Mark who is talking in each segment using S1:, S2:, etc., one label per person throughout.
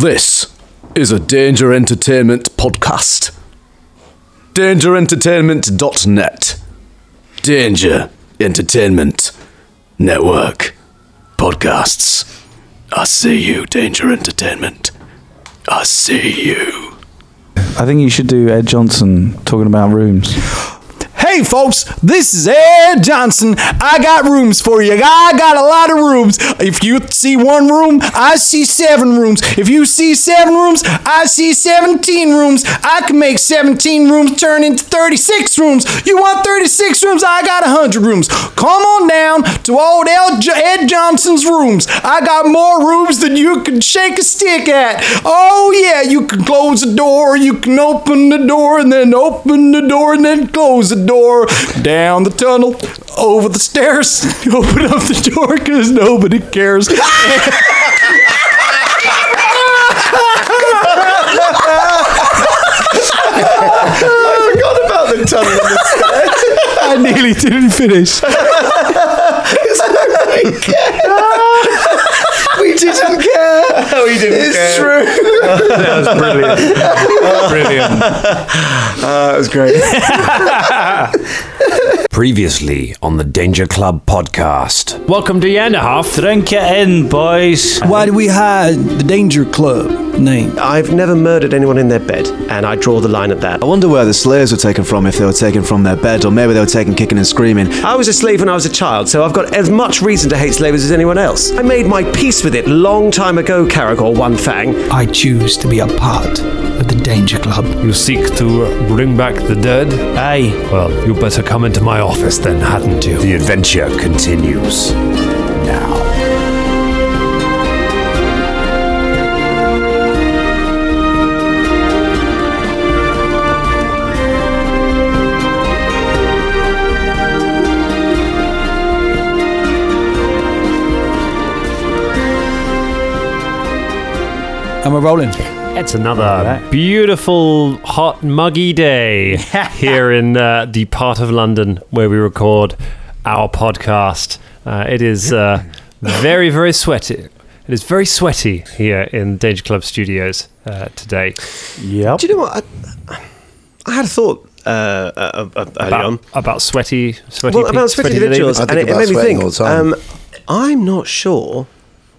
S1: This is a Danger Entertainment podcast. DangerEntertainment.net. Danger Entertainment Network. Podcasts. I see you, Danger Entertainment. I see you.
S2: I think you should do Ed Johnson talking about rooms.
S3: Hey folks, this is Ed Johnson. I got rooms for you. I got a lot of rooms. If you see one room, I see seven rooms. If you see seven rooms, I see 17 rooms. I can make 17 rooms turn into 36 rooms. You want 36 rooms? I got 100 rooms. Come on down to old El- Jo- Ed Johnson's rooms. I got more rooms than you can shake a stick at. Oh yeah, you can close the door, you can open the door, and then open the door, and then close the door. Down the tunnel, over the stairs, open up the door because nobody cares.
S4: forgot about the tunnel. in the sky.
S3: I nearly didn't finish.
S4: we didn't care. We didn't it's true. Ah, that was brilliant. Brilliant. that was great.
S5: Previously on the Danger Club podcast.
S6: Welcome to Yanahoff.
S2: Drink it in, boys.
S3: Why do we hide the Danger Club name?
S7: I've never murdered anyone in their bed, and I draw the line at that.
S4: I wonder where the slayers were taken from, if they were taken from their bed, or maybe they were taken kicking and screaming.
S7: I was a slave when I was a child, so I've got as much reason to hate slavers as anyone else. I made my peace with it long time ago, Caragor One Fang.
S8: I choose to be a part of the Danger Club.
S6: You seek to bring back the dead?
S2: Aye.
S6: Well, you better come into my office then, hadn't you?
S5: The adventure continues now.
S3: Am I rolling?
S6: It's another beautiful, hot, muggy day here in uh, the part of London where we record our podcast. Uh, it is uh, very, very sweaty. It is very sweaty here in Danger Club Studios uh, today.
S2: Yep.
S7: Do you know what? I, I had a thought uh, uh, uh, early on.
S6: About, about sweaty, sweaty,
S7: Well,
S6: pe-
S7: about sweaty individuals,
S4: I
S7: and
S4: think
S7: it, it
S4: about
S7: made me
S4: sweating
S7: think.
S4: all the time.
S7: um, I'm not sure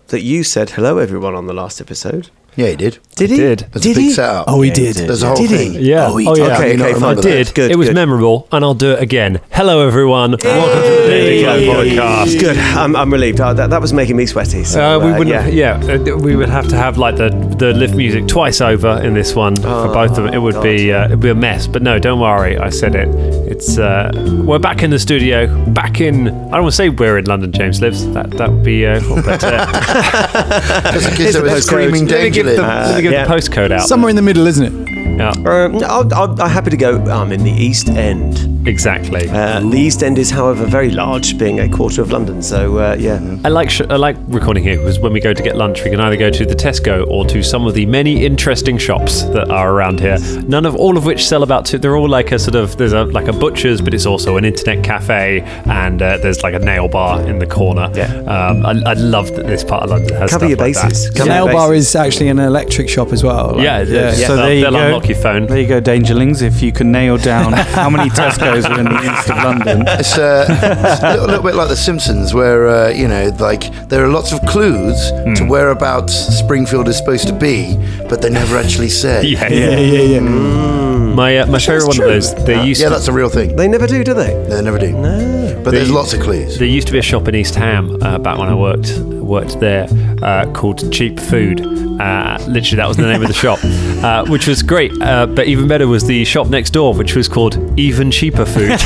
S7: that you said hello, everyone, on the last episode.
S9: Yeah, he did.
S7: Did he?
S6: did.
S9: There's
S7: Did
S9: a big
S7: he?
S9: setup.
S3: Oh, he did.
S9: There's a whole
S7: Did he?
S9: thing.
S6: Yeah.
S9: Oh, he
S6: Oh,
S9: did.
S6: yeah.
S9: Can you
S7: Okay,
S9: not
S7: okay, fine.
S9: remember
S6: I
S9: that?
S6: did.
S7: Good,
S6: it was
S7: good.
S6: memorable, and I'll do it again. Hello, everyone. Welcome to the Daily Globe podcast.
S7: Good. I'm, I'm relieved. Uh, that, that was making me sweaty. So,
S6: Uh, we
S7: uh,
S6: would
S7: yeah.
S6: yeah, uh, we would have to have like the the lift music twice over in this one
S9: Oh,
S6: for both of them. It would be uh, it'd be a mess, but no, don't worry, I said it. It's uh, we're back in the studio, back in. I don't want to say we're in London. James lives. That that would be uh, cool, but, uh,
S9: Just in case there was
S7: postcode.
S9: screaming
S6: let me
S9: danger.
S6: give, the,
S9: there.
S6: let me give
S7: yeah.
S6: the postcode out.
S3: Somewhere in the middle, isn't it?
S6: yeah,
S7: Um, I'll, I'll, I'm happy to go. I'm in the East End.
S6: exactly.
S7: Uh, the East End is, however, very large, being a quarter of London. So uh, yeah,
S6: I like sh- I like recording here because when we go to get lunch, we can either go to the Tesco or to some of the many interesting shops that are around here. None of all of which sell about two. They're all like a sort of there's a like a butcher's, but it's also an internet cafe and uh, there's like a nail bar in the corner.
S7: Yeah.
S6: um, I, I love that this part of London has
S7: cover
S6: stuff
S7: your
S6: like that.
S7: bases.
S3: The
S7: Cover
S3: nail
S7: your
S3: bar
S7: bases.
S3: is actually an electric shop as well. like-
S6: Yeah, it is.
S2: Yeah.
S6: yeah.
S2: So
S6: they'll,
S2: there you
S6: they'll
S2: go.
S6: unlock your phone.
S2: There you go, Dangerlings. If you can nail down how many Tesco's are in the east of London.
S9: It's, uh, it's a little, little bit like The Simpsons, where uh, you know, like there are lots of clues
S6: Hmm.
S9: to whereabouts Springfield is supposed to be, but they never actually say.
S6: Yeah,
S3: Yeah, yeah, yeah.
S7: Mm.
S6: my uh, my favorite one of those. They used
S9: Yeah,
S6: to
S9: that's a real thing.
S7: They never do, do they?
S9: They never do. No. But there's lots of clues.
S6: There used to be a shop in East Ham uh, back when I worked worked there uh, called Cheap Food. Uh, literally, that was the name of the shop, uh, which was great. Uh, but even better was the shop next door, which was called Even Cheaper Food.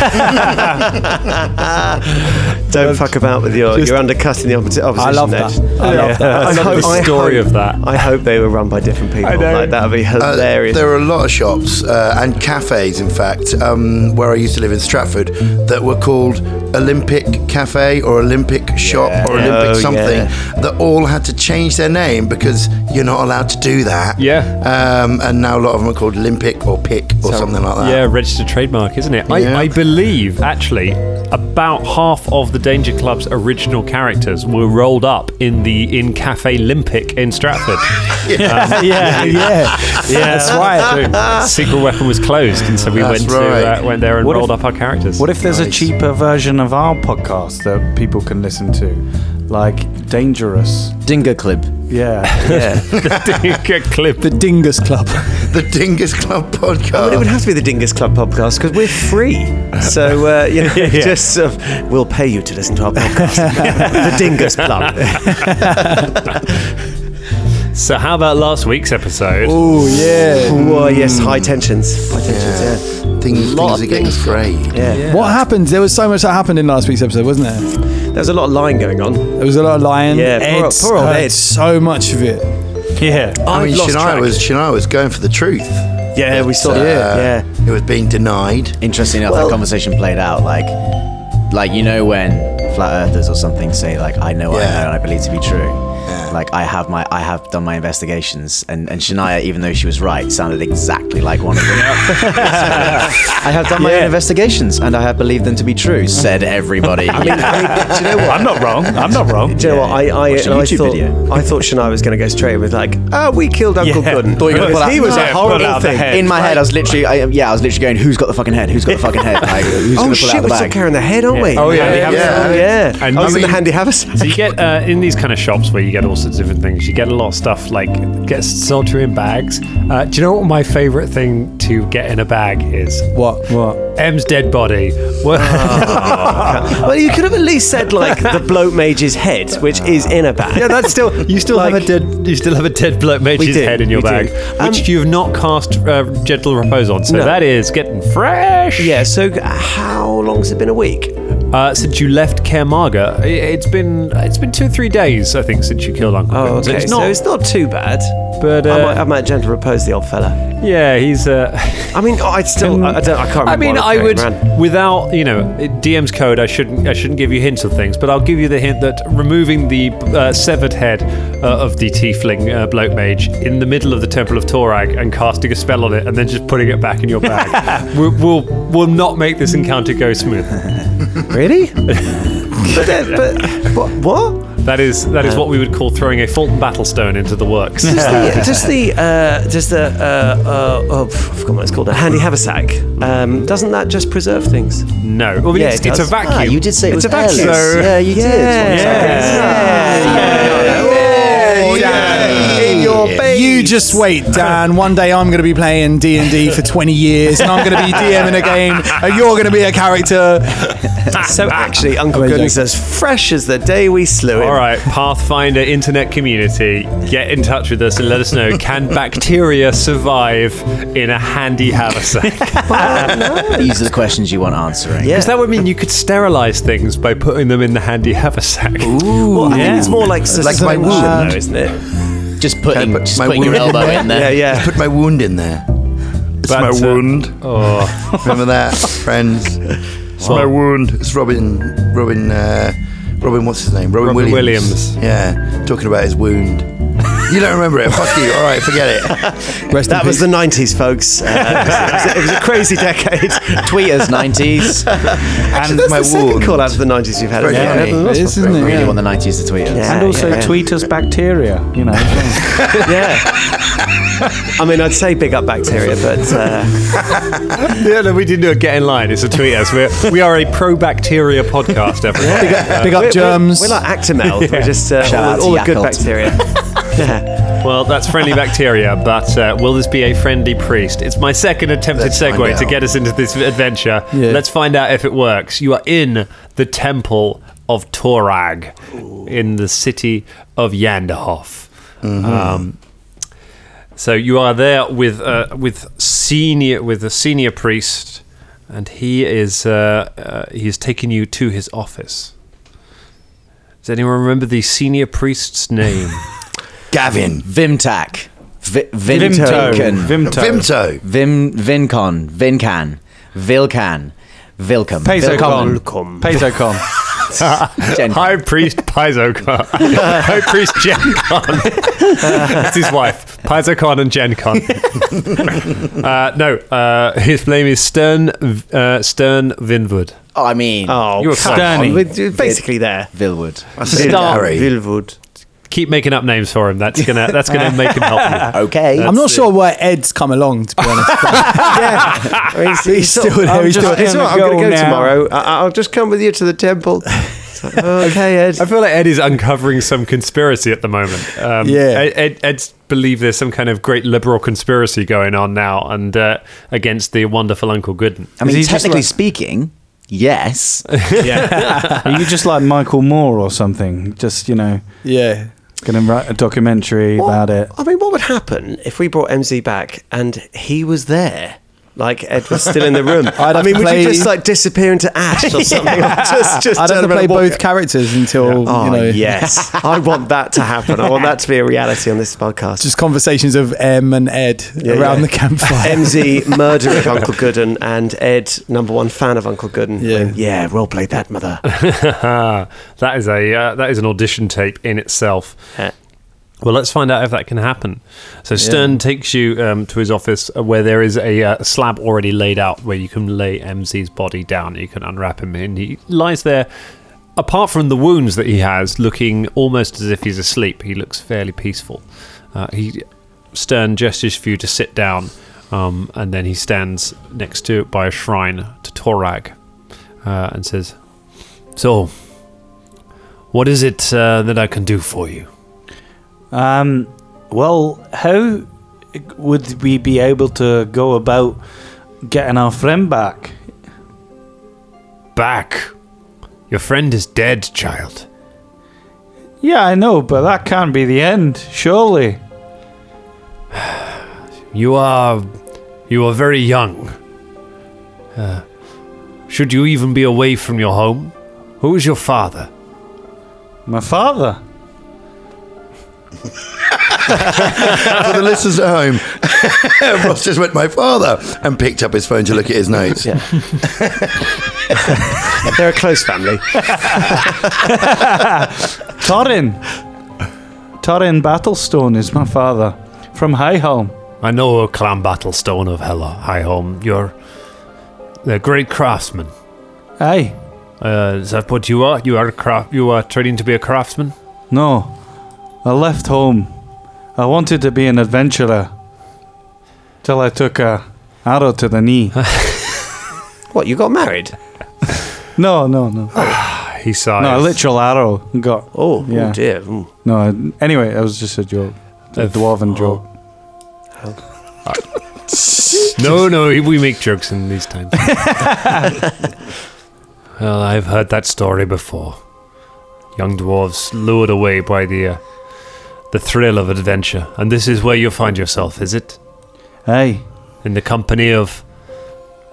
S7: Don't fuck about with your. you're undercutting the opposi- opposition.
S3: I love
S7: there.
S3: that. I love that.
S7: I
S6: I love
S7: hope-
S6: the
S7: I
S6: story
S7: hope-
S6: of that.
S7: I hope they were run by different people. Like that would be
S9: Uh,
S7: hilarious.
S9: there are a lot of shops uh, and cafes, in fact, um, where I used to live in Stratford, that were called Olympic Cafe or Olympic Shop or Olympic
S7: Oh,
S9: something
S7: yeah.
S9: that all had to change their name because you not allowed to do that.
S6: Yeah.
S9: Um, and now a lot of them are called Limpic or Pick or something like that.
S6: Yeah, registered trademark, isn't it? I,
S9: Yeah.
S6: I believe, actually, about half of the Danger Club's original characters were rolled up in the in Cafe Olympic in Stratford. Um,
S2: yeah, yeah, That's right.
S6: Secret weapon was closed, and so we
S9: That's
S6: went to
S9: right.
S6: uh, went there and
S2: What if-
S6: rolled up our characters.
S2: What if there's a
S9: Nice.
S2: cheaper version of our podcast that people can listen to, like Dangerous?
S1: Dinger clip.
S2: Yeah,
S6: Get clip?
S3: The Dingus Club.
S9: The Dingus Club podcast.
S7: But it would have to be the Dingus Club podcast because we're free. So, uh, you know, just sort of, we'll pay you to listen to our podcast. the Dingus Club.
S6: So how about last week's episode?
S3: Oh, yeah.
S7: Oh, yes, high tensions. High tensions, yeah.
S9: things,
S7: lot
S9: things are
S7: of
S9: getting
S7: things.
S9: frayed.
S3: What happened? There was so much that happened in last week's episode, wasn't there?
S7: There was a lot of lying going on.
S3: There was a lot of lying.
S7: Yeah, poor-
S3: Ed's
S7: poor old
S3: heard
S7: Ed.
S3: so much of it.
S2: yeah.
S9: I mean,
S7: I've lost
S9: Shania
S7: track.
S9: was, Shania was going for the truth.
S7: Yeah, we saw
S9: Uh,
S7: that. Yeah.
S9: It was being denied.
S1: Interesting how
S7: Well-
S1: that conversation played out. Like, like you know when flat earthers or something say like, "I know what
S9: Yeah.
S1: I know and I believe to be true." Like I have my I have done my investigations, and and Shania, even though she was right, sounded exactly like one of them. I have done my own investigations, and I have believed them to be true. Said everybody.
S7: I mean, do you know what?
S2: I'm not wrong. I'm not wrong.
S7: Do you know what? I, I,
S1: Watch a
S7: and I
S1: YouTube
S7: thought
S1: video.
S7: I thought Shania was going to go straight with like, oh, we killed Uncle
S2: Yeah.
S7: Gooden.
S2: Thought you were gonna
S7: Because
S2: pull out-
S7: he was
S2: Yeah,
S7: a
S2: pull
S7: horrible
S2: out the
S7: thing.
S2: head.
S1: In my head, I was literally, I, yeah, I was literally going, "Who's got the fucking head? Who's got the fucking head? Like, who's gonna
S7: Oh
S1: pull out
S7: shit,
S1: the
S7: we're still
S1: bag?"
S7: carrying the head, aren't we?
S6: Oh, yeah.
S7: yeah,
S6: Handy
S9: haversack.
S7: yeah. yeah.
S6: And
S7: I was in
S6: I
S7: the
S6: mean-
S7: handy haversack.
S6: So you get uh, in these kind of shops where you get all sorts of different things. You get a lot of stuff like get sold in bags. Uh, do you know what my favorite thing to get in a bag is?
S3: What? What?
S6: M's dead body. Well,
S7: Well, you could have at least said like the bloat mage's head, which is in a bag.
S6: yeah, that's still you still have
S7: Like-
S6: a dead you still have a dead bloke mage's
S7: do,
S6: head in your
S7: we do.
S6: bag,
S7: Um,
S6: which you have not cast uh, gentle repose on. So
S7: No.
S6: that is getting fresh.
S7: Yeah. So how long's it been? A week.
S6: Uh, since you left Kermaga, i- it's been it's been two or three days I think since you killed Uncle.
S7: Oh,
S6: Quinn. So
S7: okay.
S6: it's
S7: so
S6: not-
S7: it's not too bad.
S6: but
S7: I,
S6: uh,
S7: might, I might gentle repose the old fella.
S6: yeah, he's. Uh,
S7: I mean, I still, I, I don't, I can't. Remember
S6: I mean,
S7: what
S6: I
S7: was
S6: would,
S7: going around.
S6: without you know, DM's code. I shouldn't, I shouldn't give you hints of things, but I'll give you the hint that removing the uh, severed head uh, of the tiefling uh, bloke mage in the middle of the temple of Torag and casting a spell on it, and then just putting it back in your bag, will will will not make this encounter go smooth.
S7: Really? but, then- but what? what? Uh,
S6: That is that is what we would call throwing a Fulton Battlestone into the works.
S7: Does the, does the, uh, does the, uh, uh, oh, pff, I forgot what it's called. A handy haversack. Um, doesn't that just preserve things?
S6: no, I mean,
S7: Yeah,
S6: it's,
S7: it
S6: it's a
S7: does.
S6: vacuum.
S1: Ah, you did say it was
S7: It's a vacuum.
S1: airless.
S7: So-
S1: yeah, you did.
S7: In your face.
S3: You just wait, Dan. One day I'm going to be playing D and D for 20 years, and I'm going to be DMing a game, and you're going to be a character.
S7: So actually, Uncle
S3: Amazing.
S7: Goodness as fresh as the day we slew him.
S6: All right, Pathfinder internet community, get in touch with us and let us know can bacteria survive in a handy haversack?
S1: These are the questions you want answering.
S7: Yeah.
S6: Because that would mean you could sterilize things by putting them in the handy haversack.
S7: Well, I think it's more like suspension,
S9: my wound.
S7: though, isn't it?
S1: Just putting,
S9: put
S1: just
S9: my
S1: putting your
S9: wound in
S1: elbow
S9: there?
S1: in
S7: Yeah,
S1: there.
S7: yeah.
S9: Put my wound in there.
S6: It's my wound. Oh,
S9: Remember that, friends? It's my wound. It's Robin. Robin. Uh, Robin. What's his name? Robin,
S6: Robin Williams.
S9: Williams. Yeah, talking about his wound. You don't remember it? Fuck you. All right, forget it.
S3: Rest
S7: That
S3: in
S7: was the
S3: peace.
S7: 90s, folks. Uh, it, was a, it was a crazy decade.
S1: Tweet us, 90s.
S9: Actually,
S7: That's
S9: my
S7: the second
S9: wound.
S7: call out of the 90s you've had.
S9: Very
S7: isn't it?
S9: funny.
S3: It is, isn't it?
S1: really
S3: Yeah.
S1: want the 90s to tweet us.
S7: Yeah,
S2: And also
S7: yeah.
S2: tweet us bacteria. You know. as well.
S7: Yeah. I mean, I'd say big up bacteria, but uh,
S6: yeah, no, we didn't do a get in line. It's a tweet us. We're, we are a pro bacteria podcast, everyone. Uh,
S3: Big up germs.
S7: we're like Actimel. We're just uh,
S1: Shout out
S7: all, all
S1: to
S7: the good
S1: Yakult.
S7: bacteria. yeah.
S6: Well, that's friendly bacteria, but uh, will this be a friendly priest? It's my second attempted
S9: Let's find
S6: segue to
S9: out.
S6: get us into this adventure.
S3: Yeah.
S6: Let's find out if it works. You are in the temple of Torag in the city of Yanderhof. Um, so you are there with uh, with senior with a senior priest, and he is uh, uh, he is taking you to his office. Does anyone remember the senior priest's name?
S9: Gavin.
S1: Vimtac. Vi- Vin-
S2: Vimto.
S1: Vincan.
S2: Vimto.
S9: Vimto.
S1: Vim- Vincon. Vincan. Vilcan. Vilcom.
S2: Pezocon.
S1: Vilcommon.
S2: Pezocon.
S1: Gen-
S6: High Priest Paizocar. High Priest Gen Con. That's his wife. Paizocon and Gen Con. uh, no, uh, his name is Stern, uh, Stern Vinwood.
S1: I mean,
S7: Oh,
S6: You were
S7: come
S2: Sturny.
S7: on. We're basically there.
S1: Vilwood.
S7: Vilwood.
S6: Keep making up names for him. That's gonna that's gonna make him help you.
S1: Okay.
S3: I'm not sure why Ed's come along, to be honest.
S7: He's
S3: still there,
S7: I'm
S3: he's
S7: just,
S3: still
S7: it's
S3: there.
S7: all right, I'm going to
S3: Go
S7: go
S3: now.
S7: tomorrow. I, I'll just come with you to the temple. It's like, okay, Ed.
S6: I feel like Ed is uncovering some conspiracy at the moment. Um,
S3: Yeah.
S6: Ed, Ed, Ed's believe there's some kind of great liberal conspiracy going on now, and uh, against the wonderful Uncle Gooden.
S1: I
S2: Is
S1: mean,
S2: he just
S1: technically
S2: like-
S1: speaking, yes.
S2: Are you just like Michael Moore or something? Just, you know,
S3: yeah.
S2: going to write a documentary about it.
S7: I mean, what would happen if we brought MZ back and he was there? Like Ed was still in the room. i
S3: have
S7: mean,
S3: to
S7: would
S3: play-
S7: you just like disappear into ash or something? Or just, just
S3: I'd have
S7: turn around
S3: to play
S7: and walk
S3: both
S7: it?
S3: characters until,
S7: Oh
S3: you know.
S7: yes, I want that to happen. I want that to be a reality on this podcast.
S3: Just conversations of M and Ed around
S7: yeah.
S3: the campfire.
S7: MZ murderer of Uncle Gooden and Ed number one fan of Uncle Gooden.
S3: Yeah.
S7: Like, yeah, role played that mother.
S6: Ah, that is a uh, that is an audition tape in itself.
S7: Yeah.
S6: Well, let's find out if that can happen. So Stern takes you um, to his office uh, where there is a uh, slab already laid out where you can lay MZ's body down. You can unwrap him, and he lies there. Apart from the wounds that he has, looking almost as if he's asleep, he looks fairly peaceful. Uh, he Stern gestures for you to sit down, um, and then he stands next to it by a shrine to Torag, uh, and says, "So, what is it uh, that I can do for you?"
S2: Um, well, how would we be able to go about getting our friend back?
S6: back. Your friend is dead, child.
S2: Yeah, I know, but that can't be the end, surely.
S6: You are. You are very young. Uh, should you even be away from your home? Who is your father?
S2: My father.
S9: For the listeners at home, Ross just went my father and picked up his phone to look at his notes.
S7: They're a close family.
S2: Torin. Torin Battlestone is my father from High Holm.
S6: I know a clan battlestone of Hella High Home. You're a great craftsman.
S2: Aye.
S6: Uh, is that what you are? You are a craft. You are training to be a craftsman.
S2: No. I left home. I wanted to be an adventurer. Till I took a arrow to the knee.
S7: What you got married?
S2: no, no, no.
S6: Ah, He sighs.
S2: No, a literal arrow got.
S7: Oh, oh
S2: Yeah.
S7: dear. Mm.
S2: No, I- anyway, that was just a joke. A
S6: Of-
S2: dwarven joke.
S6: No, no, we make jokes in these times. well, I've heard that story before. Young dwarves lured away by the uh, the thrill of adventure, and this is where you find yourself, is it?
S2: Aye.
S6: In the company of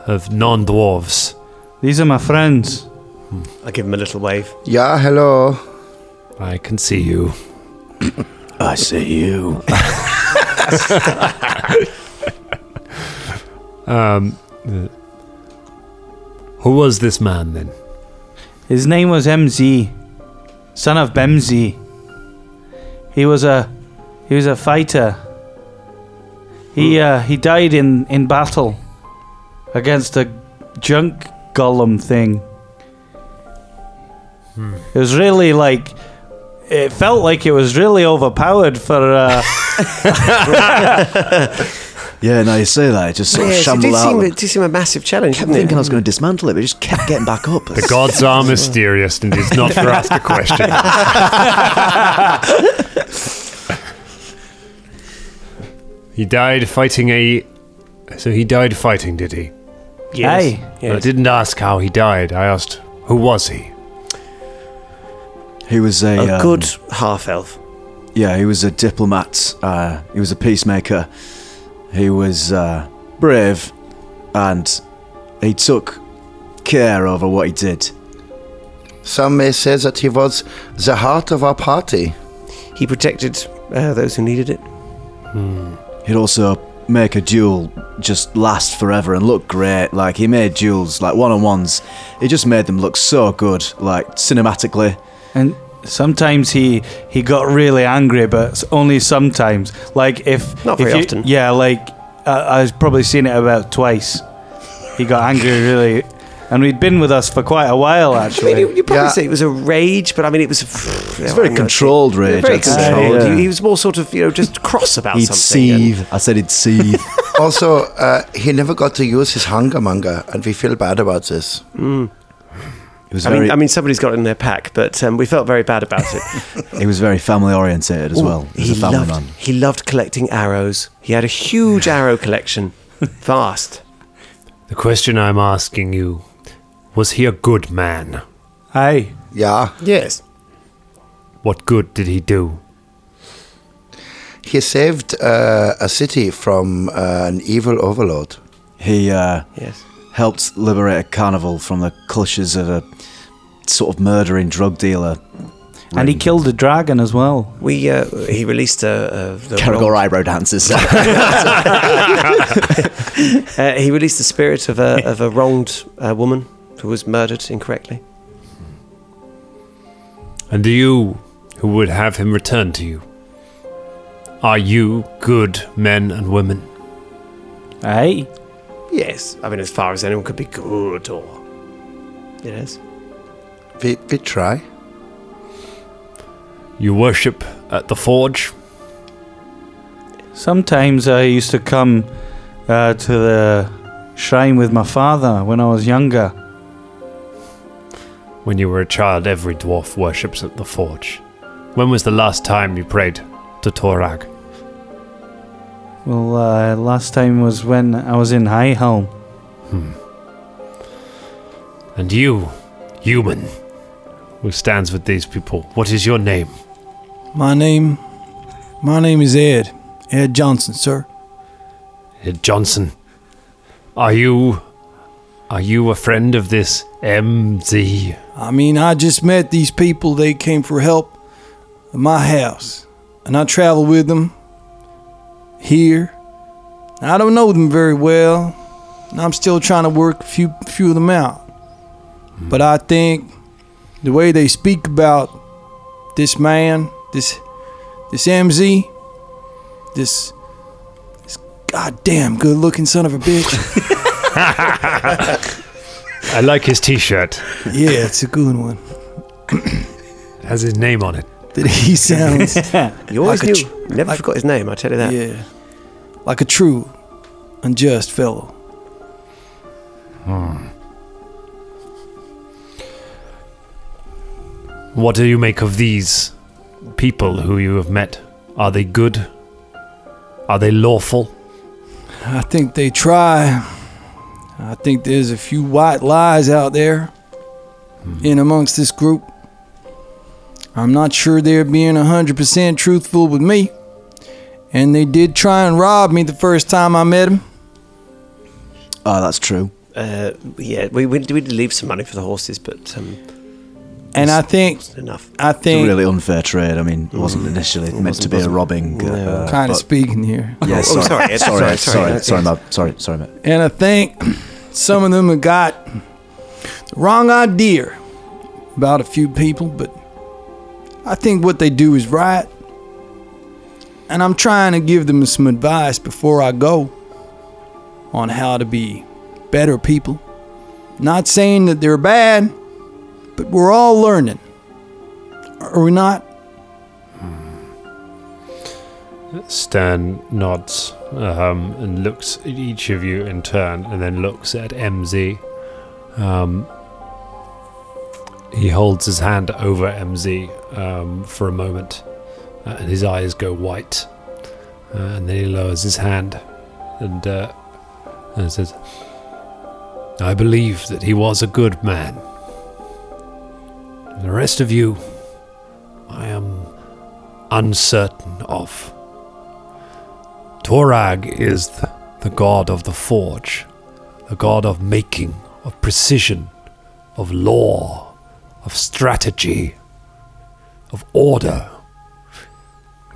S6: of non dwarves.
S2: These are my friends.
S7: Hmm. I give him a little wave.
S9: Yeah, hello.
S6: I can see you.
S1: I see you.
S6: Um, uh, Who was this man then?
S2: His name was MZ, son of Bemzi. He was a he was a fighter. He
S6: Hmm.
S2: uh, he died in, in battle against a junk golem thing.
S6: Hmm.
S2: It was really like it felt like it was really overpowered for uh,
S1: Yeah, now you say that, it just sort of
S7: Yes, it
S1: shambled
S7: did seem,
S1: out.
S7: it did seem a massive challenge,
S1: kept
S7: didn't it?
S1: thinking I was going to dismantle it, but it just kept getting back up.
S6: The gods are mysterious, and it's not for us to question. he died fighting a. So he died fighting, did he?
S7: Yes.
S2: Aye.
S6: I didn't ask how he died. I asked who was he.
S1: He was a,
S7: A
S1: um,
S7: good half elf.
S1: Yeah, he was a diplomat. Uh, he was a peacemaker. He was uh, brave, and he took care over what he did.
S9: Some may say that he was the heart of our party.
S7: He protected uh, those who needed it.
S1: Hmm. He'd also make a duel just last forever and look great. Like he made duels, like one on ones, he just made them look so good, like cinematically.
S2: And sometimes he he got really angry, but s- only sometimes. Like if
S10: Not
S2: if
S10: very
S2: you-
S10: often.
S2: Yeah, like uh, I've probably seen it about twice. He got angry really, and he'd been with us for quite a while
S7: I mean,
S2: actually.
S7: you, you probably
S9: Yeah.
S7: say it was a rage, but I mean, it was. It's
S1: very controlled rage,
S7: Very
S1: I'd say.
S7: controlled.
S1: Yeah.
S7: He, he was more sort of, you know, just cross about
S1: He'd
S7: something. and-
S1: seethe. I said he'd seethe.
S9: also, uh, he never got to use his hunger manga, and we feel bad about this.
S1: It was
S7: Hmm. I
S1: very,
S7: mean, I mean, somebody's got it in their pack, but um, we felt very bad about it.
S1: he was very family orientated as well. He was
S7: Oh, he
S1: a family
S7: loved,
S1: man.
S7: he loved collecting arrows. He had a huge arrow collection, vast.
S6: The question I'm asking you was he a good man?
S2: Aye.
S9: Yeah.
S7: Yes.
S6: What good did he do?
S9: He saved uh, a city from uh, an evil overlord.
S1: He uh,
S7: Yes.
S1: helped liberate a carnival from the clutches of a sort of murdering drug dealer.
S2: and he killed a dragon as well.
S7: We uh, he released a, a the
S1: Caragor eyebrow dances.
S7: Uh, he released the spirit of a of a wronged uh, woman who was murdered incorrectly.
S6: And you, who would have him return to you, are you good men and women?
S2: Aye.
S7: Yes, I mean, as far as anyone could be good or. Yes.
S9: We, we try.
S6: You worship at the forge?
S2: Sometimes I used to come uh, to the shrine with my father when I was younger.
S6: When you were a child, every dwarf worships at the forge. When was the last time you prayed to Torag?
S2: Well, uh, last time was when I was in High Helm.
S6: Hmm. And you, human, who stands with these people, what is your name?
S11: My name, my name is Ed, Ed Johnson, sir.
S6: Uh, Johnson. Are you. Are you a friend of this MZ?
S11: I mean, I just met these people. They came for help at my house, and I travel with them here. I don't know them very well, and I'm still trying to work a few few of them out. But I think the way they speak about this man, this this MZ, this this goddamn good-looking son of a bitch.
S6: I like his t shirt.
S11: yeah, it's a good one.
S6: Has his name on it.
S11: That he sounds
S7: You always
S11: Like a
S7: knew. never forgot his name, I tell you that.
S11: Yeah. Like a true, unjust fellow.
S6: Hmm. What do you make of these people who you have met? Are they good? Are they lawful?
S11: I think they try. I think there's a few white lies out there in amongst this group. I'm not sure they're being 100% truthful with me. And they did try and rob me the first time I met them.
S1: oh, that's true.
S7: Uh, yeah, we, we, we did leave some money for the horses, but um,
S11: And I think,
S7: wasn't enough.
S11: I
S1: It's a
S11: think, Mm.
S1: really unfair trade. I mean, it wasn't initially meant to be a robbing. Uh,
S11: kind of
S1: but-
S11: speaking here.
S1: Yeah,
S7: Oh,
S1: sorry,
S7: sorry, Ed.
S1: sorry, sorry,
S7: Sorry, sorry.
S1: sorry, sorry, Matt. sorry, sorry, mate.
S11: And I think some of them have got the wrong idea about a few people, but I think what they do is right. And I'm trying to give them some advice before I go on how to be better people. Not saying that they're bad, but we're all learning. Are we not?
S6: Stan nods um, and looks at each of you in turn and then looks at MZ. Um, he holds his hand over MZ um, for a moment uh, and his eyes go white. Uh, and then he lowers his hand and, uh, and says, I believe that he was a good man. The rest of you, I am uncertain of. Torag is th- the god of the forge, the god of making, of precision, of law, of strategy, of order.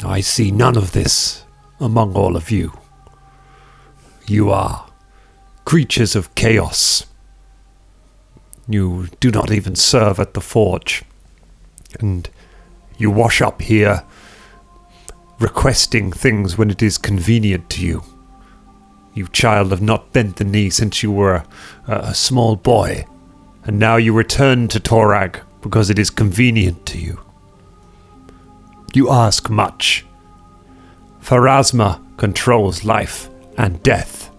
S6: I see none of this among all of you.
S10: you are creatures of chaos. You do not even serve at the forge. And you wash up here, requesting things when it is convenient to you. You child have not bent the knee since you were a, a small boy, and now you return to Torag because it is convenient to you. You ask much. Pharasma controls life and death.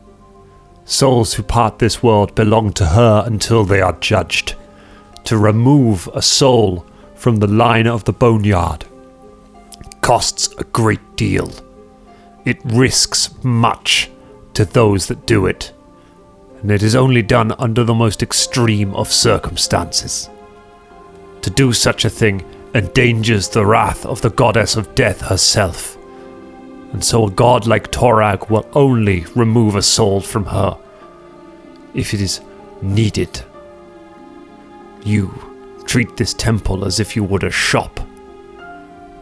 S10: Souls who part this world belong to her until they are judged. To remove a soul from the line of the boneyard costs a great deal. It risks much to those that do it, and it is only done under the most extreme of circumstances. To do such a thing endangers the wrath of the goddess of death herself and so a god like Torag will only remove a soul from her if it is needed. You treat this temple as if you would a shop,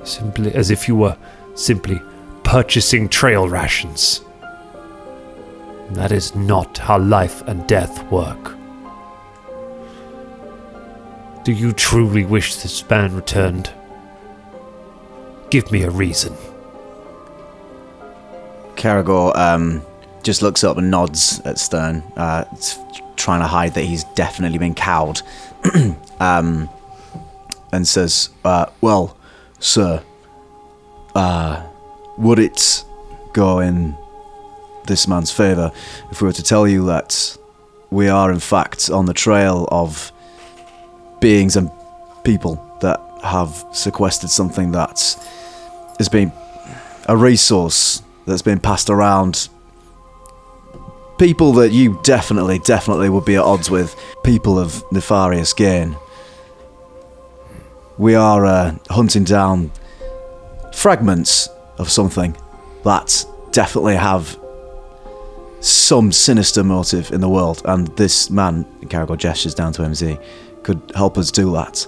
S10: simply as if you were simply purchasing trail rations. And That is not how life and death work. Do you truly wish this man returned? Give me a reason.
S1: Caragor um, just looks up and nods at Stern, uh, s- trying to hide that he's definitely been cowed, um, and says, uh, "Well, sir, uh, would it go in this man's favour if we were to tell you that we are in fact on the trail of beings and people that have sequestered something that has been a resource that's been passed around. People that you definitely, definitely would be at odds with. People of nefarious gain. We are uh, hunting down fragments of something that definitely have some sinister motive in the world, and this man, Caragor gestures down to MZ, could help us do that.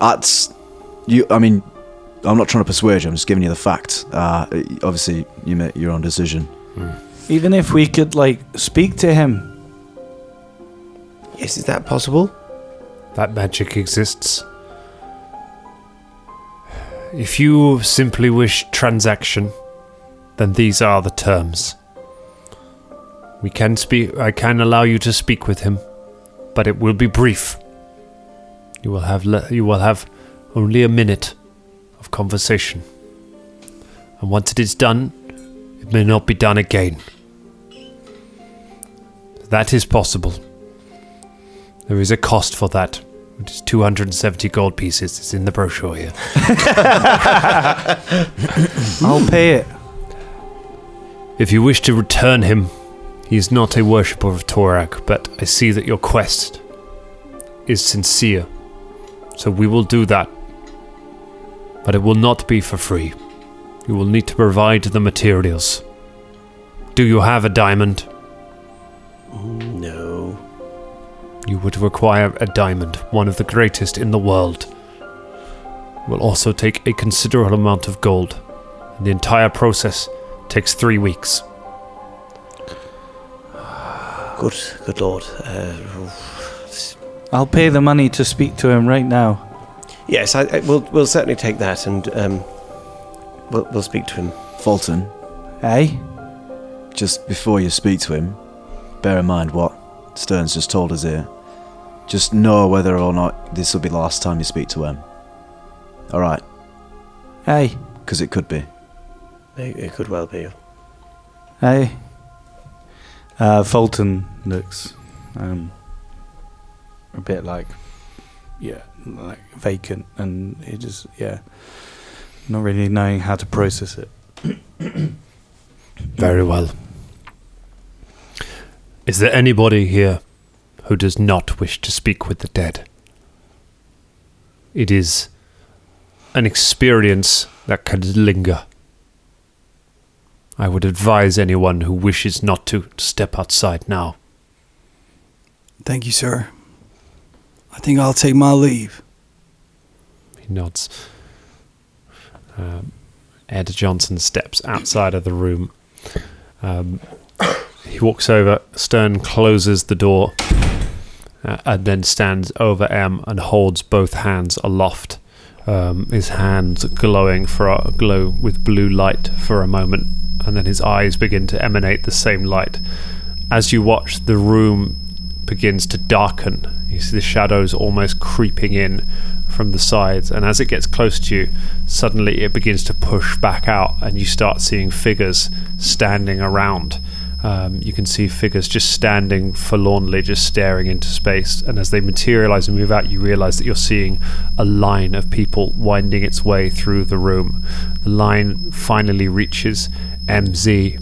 S1: That's you. I mean, I'm not trying to persuade you. I'm just giving you the fact. Uh, obviously, you make your own decision.
S2: Hmm. Even if we could, like, speak to him.
S7: Yes, is that possible?
S6: That magic exists. If you simply wish transaction, then these are the terms. We can speak I can allow you to speak with him, but it will be brief. You will have le- you will have only a minute of conversation. And once it is done, it may not be done again. That is possible. There is a cost for that. It is 270 gold pieces. It's in the brochure here.
S2: I'll pay it.
S6: If you wish to return him, he is not a worshipper of Torak, but I see that your quest is sincere. So we will do that. But it will not be for free. You will need to provide the materials. Do you have a diamond?
S7: No.
S6: You would require a diamond, one of the greatest in the world. Will also take a considerable amount of gold, and the entire process takes three weeks.
S7: Good, good lord. Uh,
S2: I'll pay the money to speak to him right now.
S7: yes, I, I, we'll, we'll certainly take that and um, we'll, we'll speak to him.
S1: Fulton,
S2: Eh?
S1: just before you speak to him, bear in mind what Stern's just told us here. Just know whether or not this will be the last time you speak to him. All right,
S2: Aye.
S1: because it could be.
S7: It, it could well be.
S2: Aye. Uh, Fulton looks um, a bit like, yeah, like vacant, and he just, yeah, not really knowing how to process it.
S6: Very well. Is there anybody here who does not wish to speak with the dead? It is an experience that can linger. I would advise anyone who wishes not to to step outside now.
S11: Thank you, sir. I think I'll take my leave.
S6: He nods. Um, Ed Johnson steps outside of the room. Um, he walks over. Stern closes the door uh, and then stands over M and holds both hands aloft. Um, his hands glowing for a, glow with blue light for a moment, and then his eyes begin to emanate the same light. As you watch, the room begins to darken. You see the shadows almost creeping in from the sides, and as it gets close to you, suddenly it begins to push back out, and you start seeing figures standing around. Um, you can see figures just standing forlornly, just staring into space. And as they materialize and move out, you realize that you're seeing a line of people winding its way through the room. The line finally reaches MZ,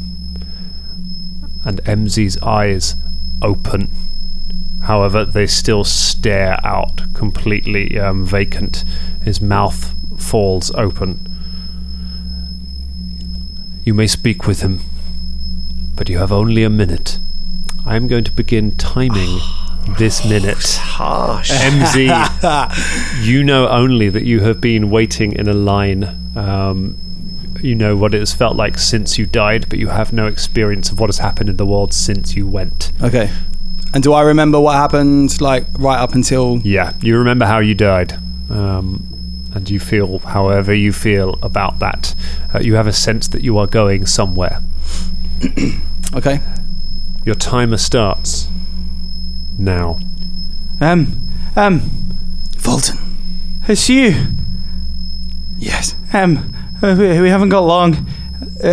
S6: and MZ's eyes open. However, they still stare out, completely um, vacant. His mouth falls open. You may speak with him, but you have only a minute. I am going to begin timing this minute.
S7: Harsh.
S6: MZ, you know only that you have been waiting in a line. Um, you know what it has felt like since you died, but you have no experience of what has happened in the world since you went.
S11: Okay. And do I remember what happened, like, right up until.
S6: Yeah, you remember how you died. Um, and you feel however you feel about that. Uh, you have a sense that you are going somewhere.
S11: Okay.
S6: Your timer starts now.
S2: Um, um,
S11: Fulton.
S2: it's you.
S11: Yes.
S2: Um, uh, we, we haven't got long. Uh,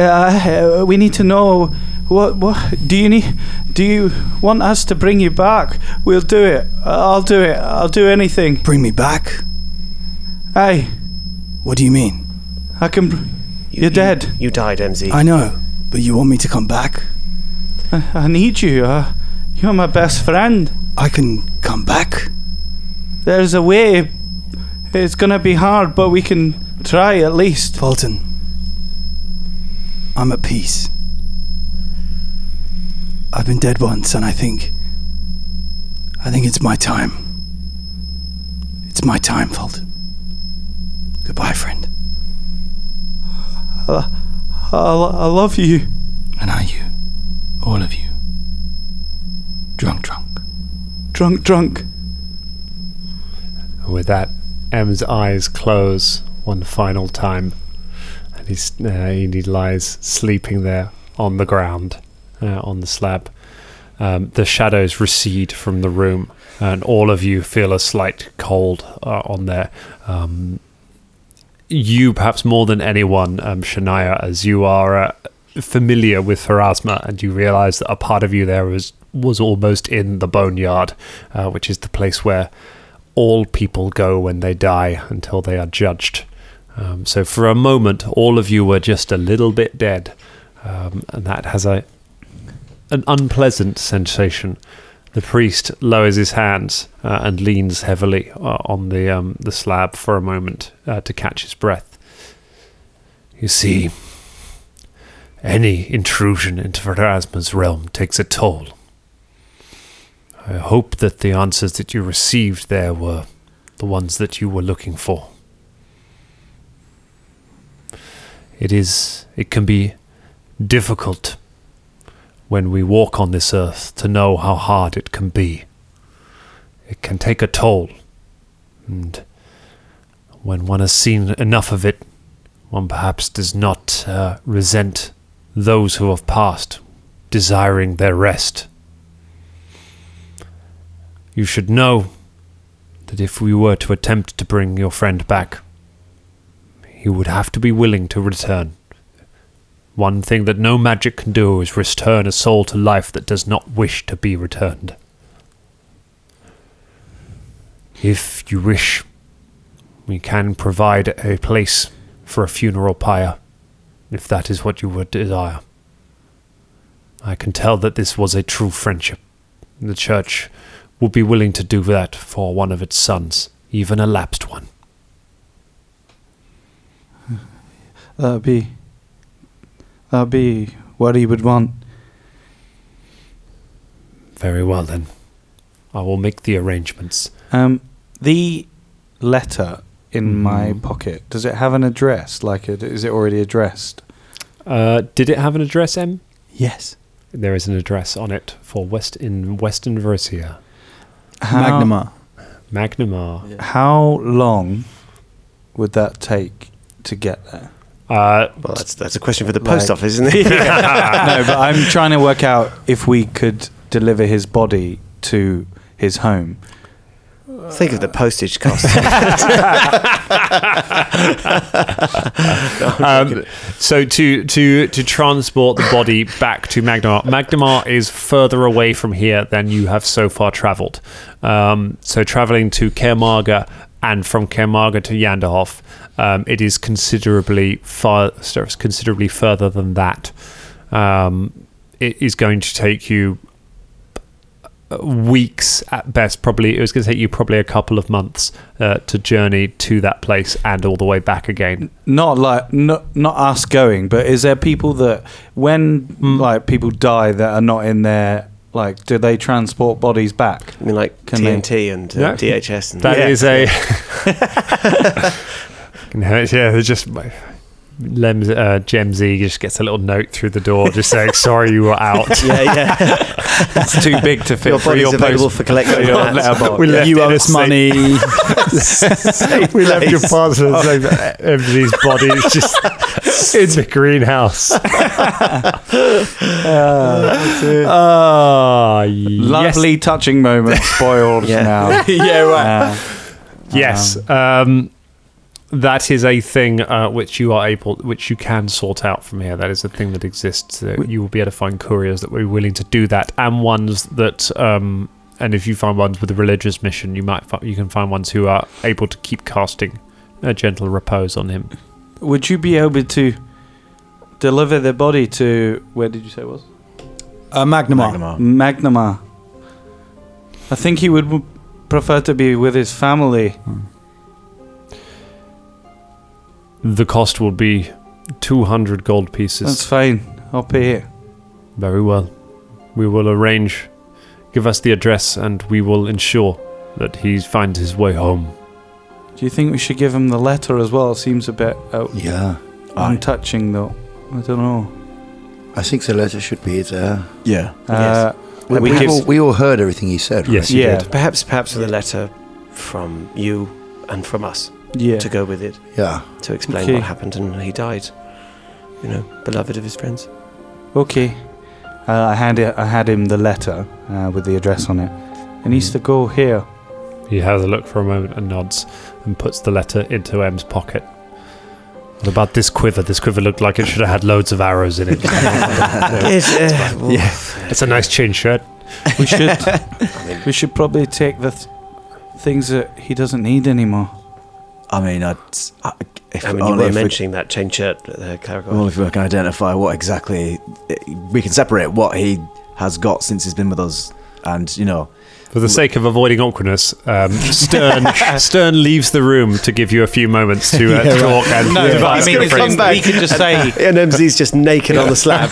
S2: uh, we need to know what what do you need? Do you want us to bring you back? We'll do it. I'll do it. I'll do anything.
S11: Bring me back?
S2: Aye,
S11: What do you mean?
S2: I can. br- You're dead.
S7: You died, MZ.
S11: I know, but you want me to come back?
S2: I, I need you. Uh, you're my best friend.
S11: I can come back?
S2: There's a way. It's gonna be hard, but we can try at least.
S11: Fulton. I'm at peace. I've been dead once, and I think. I think it's my time. It's my time, Fulton. Goodbye, friend.
S2: I, I love you.
S11: And are you, all of you, drunk, drunk?
S2: Drunk, drunk.
S6: And with that, M's eyes close one final time, and he's, uh, he lies sleeping there on the ground, uh, on the slab. Um, the shadows recede from the room, and all of you feel a slight cold uh, on there. Um, you, perhaps more than anyone, um, Shania, as you are uh, familiar with Pharasma, and you realize that a part of you there was, was almost in the boneyard, uh, which is the place where all people go when they die until they are judged. Um, so for a moment, all of you were just a little bit dead, um, and that has a an unpleasant sensation. The priest lowers his hands uh, and leans heavily uh, on the um, the slab for a moment uh, to catch his breath. You see, any intrusion into Verasma's realm takes a toll. I hope that the answers that you received there were the ones that you were looking for. It is it can be difficult when we walk on this earth to know how hard it can be. It can take a toll. And when one has seen enough of it, one perhaps does not uh, resent those who have passed, desiring their rest. You should know that if we were to attempt to bring your friend back, he would have to be willing to return. One thing that no magic can do is return a soul to life that does not wish to be returned. If you wish, we can provide a place for a funeral pyre, if that is what you would desire. I can tell that this was a true friendship. The church would be willing to do that for one of its sons, even a lapsed one.
S2: That'd be. That'd be Uh, what he would want.
S6: Very well, then. I will make the arrangements.
S2: Um, the letter in my
S6: Mm-hmm.
S2: pocket. Does it have an address? Like, it, is it already addressed?
S6: Uh, did it have an address, M?
S11: Yes.
S6: There is an address on it for West in Western Versia,
S2: How-
S11: Magnamar.
S6: McNamara.
S2: How long would that take to get there?
S6: Uh,
S7: Well, that's, that's a question for the post
S2: Like-
S7: office, isn't it?
S2: no, but I'm trying to work out if we could deliver his body to his home.
S7: Think of the postage cost.
S6: um, so to to to transport the body back to Magnemar. Magnemar is further away from here than you have so far travelled. Um, so travelling to Kermarga and from Kermarga to Yanderhof, um, it is considerably far, sorry, it's considerably further than that. Um, it is going to take you uh, weeks at best probably it was going to take you probably a couple of months uh, to journey to that place and all the way back again
S2: Not like not not us going, but is there people that when
S7: Mm.
S2: like people die that are not in there? Like, do they transport bodies back?
S7: I mean, like
S2: Can they-
S7: TNT and uh,
S6: Yeah.
S7: DHS. And,
S6: That
S7: Yeah.
S6: is a. no, it's- yeah, they're just. my- Lems, uh, Gemzy just gets a little note through the door just saying, sorry, you were out.
S7: Yeah, yeah.
S2: It's too big to fit
S7: Your
S2: for
S7: body's
S2: your
S7: available
S2: post.
S7: for collection.
S2: your letterbox.
S6: We left
S11: You
S6: it
S11: owe
S6: in a
S11: us
S6: safe-
S11: money.
S6: we left your parcel in a safe- uh, Gemzy's body is just in the greenhouse. Ah, yes.
S2: Lovely touching moment spoiled
S7: Yeah.
S2: now.
S11: yeah, right.
S2: Uh,
S6: Yes, um, that is a thing uh, which you are able, which you can sort out from here. That is a thing that exists. Uh, you will be able to find couriers that will be willing to do that, and ones that, um, and if you find ones with a religious mission, you might fi- you can find ones who are able to keep casting a gentle repose on him.
S2: would you be able to deliver the body to where did you say it was?
S11: Uh, Magnamar.
S1: Magnamar.
S2: Magnamar. I think he would w- prefer to be with his family.
S6: The cost will be two hundred gold pieces.
S2: That's fine. I'll pay it.
S6: Very well. We will arrange. Give us the address, and we will ensure that he finds his way home.
S2: Do you think we should give him the letter as well? It seems a bit out
S9: Yeah.
S2: untouching, though. I don't know.
S9: I think the letter should be there.
S1: Yeah.
S2: Uh,
S9: We,
S7: We
S9: we
S7: give-
S9: all, we all heard everything he said, right?
S6: Yes, you
S2: yeah,
S6: did.
S7: Perhaps, perhaps with a letter from you and from us
S2: yeah.
S7: to go with it
S9: Yeah.
S7: to explain
S2: Okay.
S7: what happened and he died. You know, beloved of his friends.
S2: Okay. Uh, I had it. I had him the letter uh, with the address on it. It needs to go here.
S6: Hmm. He has a look for a moment and nods and puts the letter into M's pocket. What about this quiver? This quiver looked like it should have had loads of arrows in it.
S7: Yes, uh, well,
S6: it's a nice chain shirt.
S2: We should. we should probably take the th- things that he doesn't need anymore.
S1: I mean, I'd, I, if,
S7: I mean, you
S1: only
S7: were
S1: if we-
S7: mentioning that chain shirt, uh, clerical.
S1: Well, if we can identify what exactly we can separate what he has got since he's been with us, and you know,
S6: For the sake of avoiding awkwardness, um, Stern Stern leaves the room to give you a few moments to uh, talk and devise
S7: mean,
S6: your
S7: it's
S6: phrase.
S7: come back.
S2: we could just say.
S7: and MZ's just naked on the slab.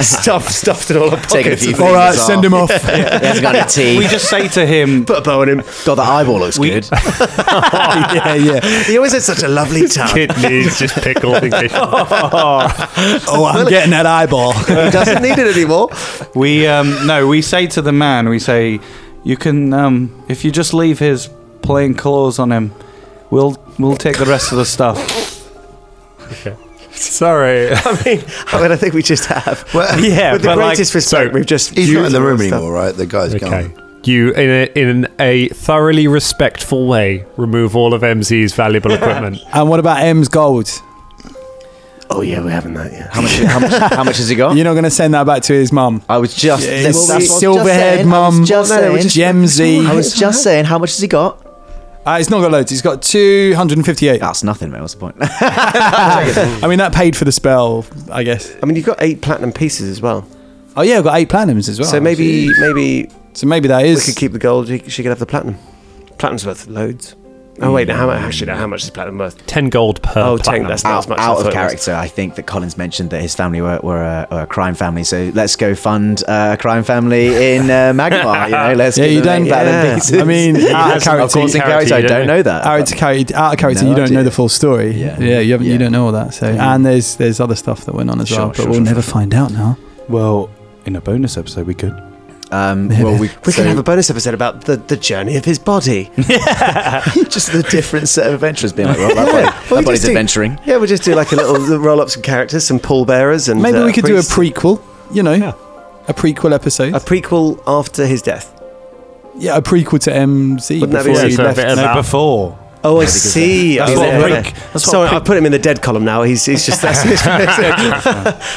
S7: stuff, stuffed in all her
S1: Taking a
S7: pockets.
S1: few
S11: All right,
S1: fingers
S11: send him
S1: off.
S11: off.
S1: He hasn't got any
S2: We
S1: teeth.
S2: just say to him.
S7: Put a bow on him.
S1: God, that eyeball looks
S2: We-
S1: good.
S11: yeah, yeah.
S7: He always has such a lovely tongue.
S6: Kidneys just pickled. in case-
S11: Oh, I'm getting that eyeball.
S7: he doesn't need it anymore.
S2: We um, no. We say to the man. We say, you can um, if you just leave his plain clothes on him. We'll we'll take the rest of the stuff.
S6: Sorry.
S7: I mean, I mean, I think we just have.
S9: Well,
S2: Yeah,
S7: With the greatest respect,
S6: so-
S7: we've just.
S9: he's not in
S7: used
S9: the
S7: all
S9: room
S7: that stuff.
S9: anymore, right? The guy's
S6: Okay.
S9: gone.
S6: You, in a, in a thoroughly respectful way, remove all of MZ's valuable equipment.
S11: and what about M's gold?
S7: Oh yeah, we're having that. Yeah.
S1: How much? How much? How much has he got?
S11: You're not going to send that back to his mum.
S1: I was just
S11: That's
S1: well, we-
S11: silver-haired mum.
S1: just saying. I was just saying.
S11: Gem Z.
S1: I was just saying. How much has he got?
S11: Uh, he's not got loads. He's got 258.
S1: That's nothing, mate. What's the point?
S11: I mean, that paid for the spell, I guess.
S7: I mean, you've got eight platinum pieces as well,
S11: Oh, yeah, I've got eight platinums as well.
S7: so maybe maybe
S11: So maybe that
S7: we
S11: is.
S7: could keep the gold. She, she could have the platinum. Platinum's worth loads. Oh wait, how much? Actually, no, how much is platinum worth?
S6: 10 gold per
S7: Oh, 10,
S6: platinum.
S7: that's not as
S1: out,
S7: much. as
S1: out
S7: I thought
S1: of
S7: it was.
S1: character, I think that Collins mentioned that his family were, were, a, were a crime family. So let's go fund uh, a crime family in uh, Magmar. You know, let's
S11: Yeah,
S1: give
S11: you
S1: them
S11: don't-
S1: eight platinum
S7: yeah.
S1: pieces.
S11: I mean, out of
S6: hasn't,
S1: of
S11: character,
S1: course, in character, I
S6: you
S1: don't
S6: don't.
S1: know that.
S11: out of character, out of character,
S1: No
S11: you don't know
S1: idea.
S11: the full story.
S1: Yeah.
S11: Yeah, you, haven't, you
S1: Yeah.
S11: don't know all that. So,
S1: Yeah.
S11: and there's there's other stuff that went on as
S1: Sure,
S11: well, but
S1: sure,
S11: we'll
S1: sure,
S11: never
S1: sure.
S11: find out now.
S2: Well, in a bonus episode, we could.
S1: Um, well, we,
S7: We
S1: so-
S7: can have a bonus episode about the, the journey of his body.
S1: just the different set of adventures being like, well, that, body- that
S7: we
S1: body's
S7: just do-
S1: adventuring.
S7: Yeah, we'll just do like a little roll up some characters, some pallbearers, and
S11: Maybe
S7: uh,
S11: we could do a
S7: priest.
S11: prequel. You know, a prequel episode.
S7: a prequel after his death.
S11: yeah, a prequel to MC.
S7: Wouldn't that be
S11: before
S7: Yeah,
S11: he
S7: so a
S11: left.
S10: bit of-
S2: No,
S10: About-
S2: before. uh,
S7: Oh, I see.
S2: That's
S7: Oh,
S2: what
S7: yeah.
S2: prick- that's what
S7: Sorry,
S2: prick-
S7: I put him in the dead column now. He's he's just that's his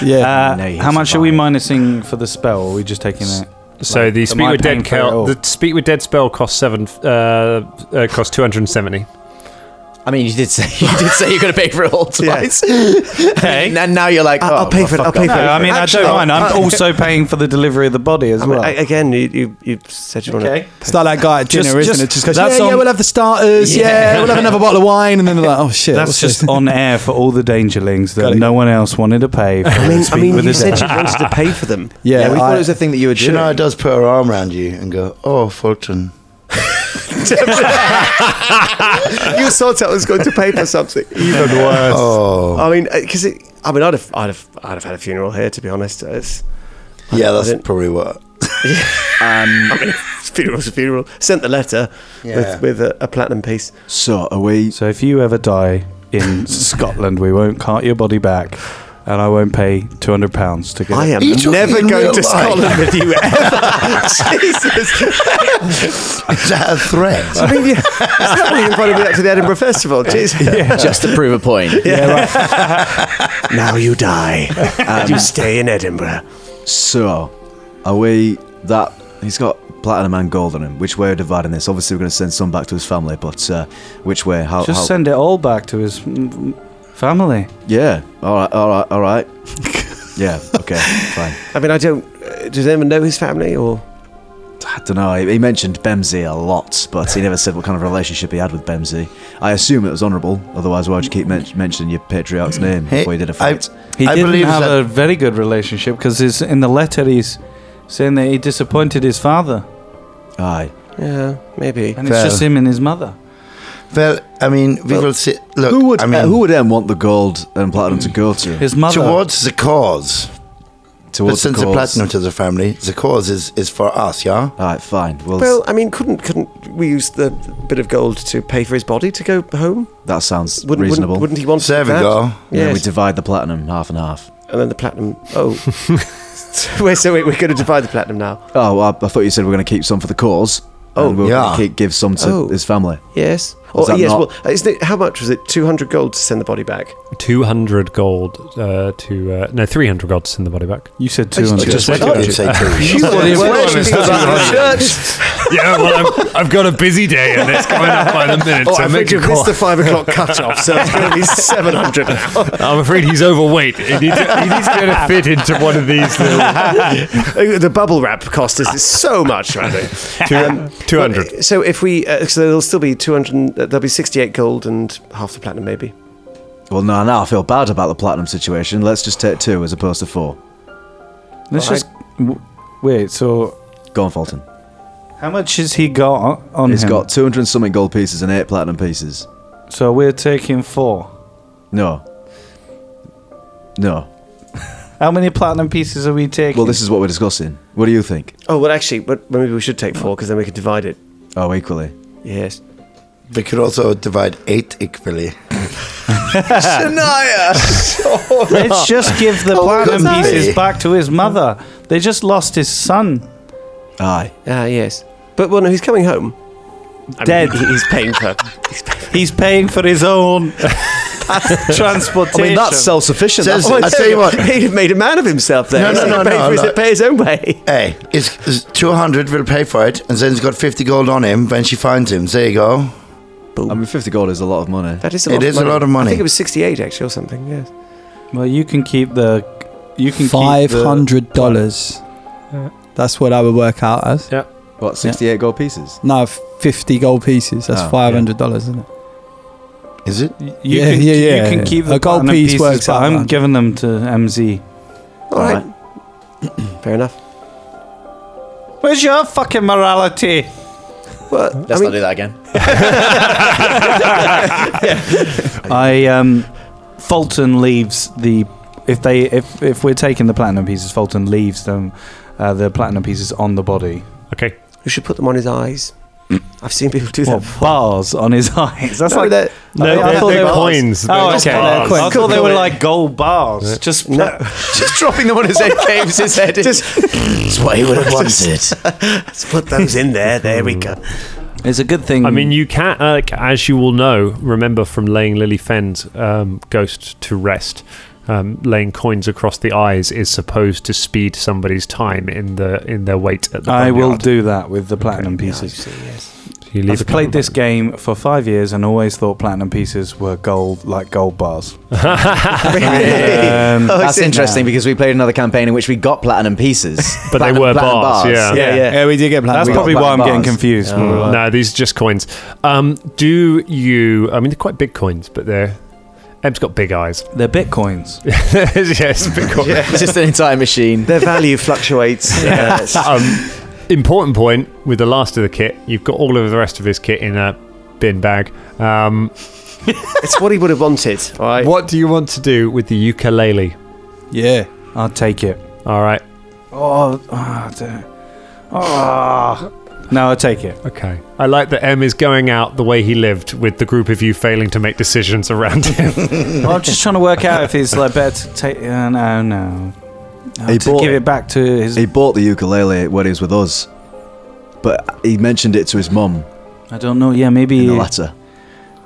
S11: Yeah,
S2: Uh,
S1: No, you
S2: how much are we
S1: survived.
S2: minusing for the spell? Or are we just taking it?
S10: So
S2: Like,
S10: the
S2: am
S10: speak
S2: I
S10: with
S2: paying
S10: dead
S2: for it all?
S10: spell. The speak with dead spell costs seven. Uh, uh, costs two hundred and seventy.
S1: I mean, you did say you did say you're going to pay for it all twice, and then now you're like, oh,
S7: I'll pay for it.
S1: well,
S7: I'll
S1: fuck
S7: pay
S1: off.
S7: for
S2: No,
S7: it.
S2: I mean I
S7: Actually,
S2: don't mind. I'm
S7: I-
S2: also paying for the delivery of the body as
S7: I mean,
S2: well.
S7: I- again, you, you you said you want to.
S11: it's not that guy at dinner,
S2: Just-
S11: isn't
S2: just-
S11: it? Just goes,
S2: that's
S11: yeah, yeah,
S2: on-
S11: we'll have the starters. Yeah. we'll have another bottle of wine, and then they're like, oh shit,
S2: That's
S11: what's
S2: just
S11: this?
S2: on air for all the dangerlings that
S11: Got it.
S2: no one else wanted to pay. For
S7: I mean,
S2: Speak
S7: I mean,
S2: with
S7: you
S2: the
S7: said
S2: Dead.
S7: you wanted to pay for them.
S11: yeah.
S1: Yeah, we thought
S11: I-
S1: it was a thing that you were doing.
S9: Shania does put her arm around you and go, "Oh, Fulton."
S7: you thought I was going to pay for something. Even worse.
S9: Oh,
S7: I mean, because it. I mean, I'd have, I'd have, I'd have had a funeral here. To be honest, it's
S9: yeah, that's
S7: didn't-
S9: probably what.
S7: I mean, funeral's a funeral. Sent the letter
S9: Yeah.
S7: with with a, a platinum piece.
S1: so are we?
S2: So if you ever die in Scotland, we won't cart your body back, and I won't pay two hundred pounds to get.
S7: I am
S9: Are you talking
S7: never
S9: in
S7: going
S9: real
S7: to
S9: life?
S7: Scotland with you ever. Jesus.
S9: Is that a threat?
S7: I mean, yeah, it's not really invited me up to the Edinburgh Festival. Jesus.
S1: Just to prove a point.
S7: Now you die. Um, and you stay in Edinburgh.
S1: So, are we that he's got platinum and gold on him? Which way are we dividing this? Obviously, we're going to send some back to his family, but uh, which way? How?
S2: Just
S1: how-
S2: send it all back to his mm, family.
S1: yeah. All right. All right. All right. yeah. Okay. Fine.
S7: I mean, I don't. Uh, does anyone know his family or?
S1: I don't know. He, he mentioned Bemsey a lot, but he never said what kind of relationship he had with Bemsey. I assume it was honourable. Otherwise, why would you keep men- mentioning your patriarch's name
S9: Hmm. Hey,
S1: before you did a
S9: I-
S1: fight?
S2: He
S9: I
S2: didn't
S9: believe
S2: have
S9: that-
S2: a very good relationship because in the letter he's saying that he disappointed his father,
S1: Aye.
S7: Yeah, maybe.
S2: and
S9: Fair.
S2: it's just him and his mother.
S9: Well, I mean, we will see. Look,
S1: Who would?
S9: I mean,
S1: uh, who would then want the gold and platinum to go to?
S2: His mother.
S9: towards the cause? But
S1: towards
S9: since the
S1: cause?
S9: platinum to the family, the cause is is for us, yeah.
S1: All right. Fine. Well,
S7: Well, I mean, couldn't couldn't we use the bit of gold to pay for his body to go home?
S1: that sounds
S7: Wouldn't
S1: reasonable.
S7: Wouldn't, wouldn't he want
S9: There we
S7: that?
S9: go.
S1: Yeah,
S7: Yes.
S1: we divide the platinum half and half.
S7: and then the platinum. Oh, wait. So wait, we're going to divide the platinum now.
S1: Oh, well, I, I thought you said we are going to keep some for the cause.
S7: Oh,
S1: and we're
S9: yeah.
S1: going to keep, give some to
S7: Oh.
S1: his family.
S7: Yes.
S1: Was
S7: Or
S1: that
S7: yes.
S1: not-
S7: Well, isn't it, how much was it? Two hundred gold to send the body back.
S10: Two hundred gold uh, to uh, no three hundred gold to send the body back.
S2: you said two hundred.
S9: Just
S10: said
S9: like I did say two.
S10: yeah, well, I've, I've got a busy day and it's coming up by the minute,
S7: Oh, I think you've missed the five o'clock cutoff, so it's going to be seven hundred now.
S10: I'm afraid he's overweight. He needs, to, he needs to be able to fit into one of these. Little,
S7: the bubble wrap cost us so much, Randy.
S10: two hundred.
S7: So if we, uh, so there'll still be two hundred. Uh, there'll be sixty-eight gold and half the platinum, maybe.
S1: Well, no, now I feel bad about the platinum situation. Let's just take two as opposed to four.
S2: Let's just w- wait. So,
S1: Go on, Fulton.
S2: how much has he got on
S1: He's
S2: him?
S1: got 200 and something gold pieces and eight platinum pieces.
S2: So we're taking four.
S1: No. No.
S2: How many platinum pieces are we taking?
S1: Well, this is what we're discussing. What do you think?
S7: Oh well, actually, but maybe we should take four because then we can divide it.
S1: Oh, equally.
S7: Yes.
S9: We could also divide eight equally.
S2: Let's just give
S9: Oh,
S2: the platinum
S9: couldn't
S2: pieces
S9: be.
S2: back to his mother. They just lost his son.
S1: Aye.
S7: Ah, yes. But well, no, he's coming home.
S2: Dead.
S7: he- he's paying for. He's paying
S2: He's paying for his own transportation.
S1: I mean, that's self sufficient.
S9: Says-
S7: Oh,
S9: I tell you what.
S7: he made a man of himself there.
S9: No, no,
S7: He
S9: no,
S7: paid
S9: no,
S7: for his,
S9: no.
S7: pay his own way.
S9: Hey, it's, it's 200, we'll pay for it. And then he's got 50 gold on him when she finds him. There you go.
S1: I mean, 50 gold is a lot of money.
S7: That is a
S9: It
S7: lot.
S9: is a lot of money.
S7: I think it was sixty-eight actually, or something. Yes.
S2: well, you can keep the. Uh, You can
S11: five
S2: keep
S11: hundred dollars. That's what I would work out as.
S1: What, 68 gold pieces?
S11: No, fifty gold pieces. That's
S1: Oh, yeah.
S11: five hundred dollars, isn't it?
S9: Is it?
S2: the. You
S11: Yeah,
S2: can,
S11: yeah, yeah.
S2: You can keep the
S11: A gold
S2: platinum
S11: piece
S2: pieces,
S11: works
S2: but
S11: out
S2: I'm
S11: around-
S2: giving them to MZ.
S7: All right. Fair enough.
S2: Where's your fucking morality?
S7: Well,
S11: Uh,
S7: I mean,
S1: that again.
S2: I um, Fulton leaves the if they if if we're taking the platinum pieces, Fulton leaves them uh, the platinum pieces on the body.
S6: Okay.
S7: You should put them on his eyes. I've seen people do
S2: Well,
S7: that.
S2: bars on his eyes. That's
S7: No,
S2: like
S7: they're-
S2: No,
S7: I
S2: they're-
S7: thought
S2: they're
S7: they were-
S6: coins.
S2: Oh,
S6: They're
S2: okay.
S7: bars.
S2: I thought they were
S7: Coins.
S2: like gold bars. Just
S7: No,
S1: Just dropping them on his head caves his head. in.
S9: That's what he would have wanted.
S7: let's put those in there. There we go.
S2: it's a good thing.
S6: I mean, you can, uh, as you will know, remember from laying Lily Fenn's um, ghost to rest. Um, laying coins across the eyes is supposed to speed somebody's time in the in their wait at the
S2: I will
S6: boneyard.
S2: do that with the platinum pieces.
S6: You leave
S2: I've played this game for five years and always thought platinum pieces were gold, like gold bars. Um,
S1: That's
S2: in
S1: interesting
S2: there.
S1: because we played another campaign in which we got platinum pieces,
S6: But they were
S1: platinum
S6: bars, yeah.
S1: yeah, yeah.
S12: we did get
S2: That's
S1: We got
S2: probably why I'm
S1: platinum
S2: getting
S1: bars.
S2: confused.
S6: No, these are just coins. Um, do you? I mean, they're quite big coins, but they're. Em's got big eyes.
S2: They're bitcoins.
S6: yes, big coins.
S1: It's just an entire machine.
S7: Their value fluctuates. Uh,
S6: Um, important point with the last of the kit, you've got all of the rest of his kit in a bin bag. Um,
S7: it's what he would have wanted. All right.
S6: what do you want to do with the ukulele?
S12: Yeah.
S2: I'll take it.
S6: All right.
S2: Oh, oh, dear.
S13: Ah.
S2: oh. no, I'll take it.
S6: Okay. I like that M is going out the way he lived with the group of you failing to make decisions around him.
S2: Well, I'm just trying to work out if it's like better to take. Uh, no, no. I'll
S1: He
S2: t-
S1: bought
S2: give
S1: it.
S2: it back to his.
S1: He bought the ukulele when he was with us, but he mentioned it to his mum
S2: I don't know. Yeah,
S1: in
S2: maybe.
S1: the letter.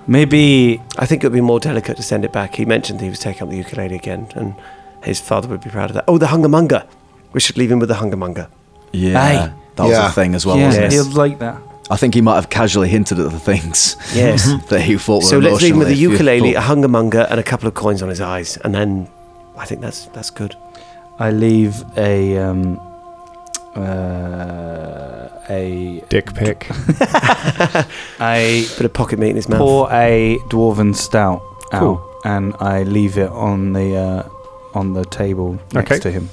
S2: Maybe.
S7: I think it would be more delicate to send it back. He mentioned that he was taking up the ukulele again, and his father would be proud of that. Oh, the hungermonger. We should leave him with the hungermonger.
S1: Yeah,
S2: Aye.
S1: that was
S9: Yeah.
S1: a thing as well,
S2: yeah,
S1: wasn't
S7: yes.
S1: it?
S2: he'll like that.
S1: I think he might have casually hinted at the things
S7: Yes.
S1: that he thought were
S7: so let's leave him with the
S1: emotionally
S7: ukulele, a
S1: futile.
S7: hungermonger, and a couple of coins on his eyes, and then I think that's that's good.
S2: I leave a um, uh, a
S6: Dick pic.
S2: I
S7: Bit of pocket meat in his mouth.
S2: pour a dwarven stout out,
S6: Cool.
S2: and I leave it on the uh, on the table next
S6: Okay.
S2: to him.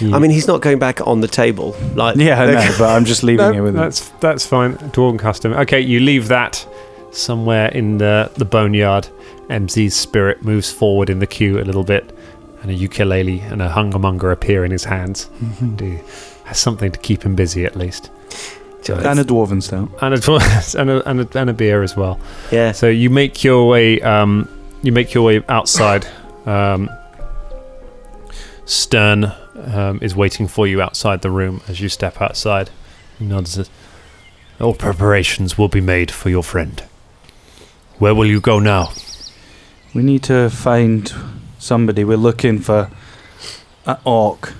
S7: I mean, he's not going back on the table. Like
S2: Yeah, I know, but I'm just leaving it with him.
S6: that's that's fine. Dwarven custom. Okay, you leave that somewhere in the the boneyard. MZ's spirit moves forward in the queue a little bit, and a ukulele and a hungermonger appear in his hands.
S2: Mm-hmm.
S6: And he has something to keep him busy at least,
S2: And a dwarven stout.
S6: and a dwar- and a, and a, and a beer as well.
S7: yeah.
S6: So you make your way. Um, you make your way outside. Um, Stern um, is waiting for you outside the room as you step outside. He nods. as- All preparations will be made for your friend. Where will you go now?
S2: We need to find somebody. We're looking for an orc.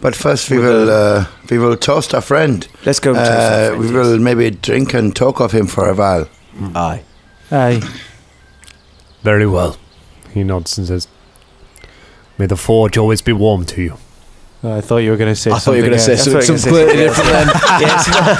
S9: But first, we will uh, we will toast our friend.
S7: Let's go. and toast our
S9: Uh,
S7: friend,
S9: we
S7: yes.
S9: will maybe drink and talk of him for a while.
S1: Aye.
S2: Aye.
S6: Very well. He nods and says, May the forge always be warm to you.
S2: I thought you were going to say
S1: I thought you were going to say
S2: something
S1: some,
S7: That's what I
S1: some
S7: was
S1: completely different
S7: gonna say.
S1: then.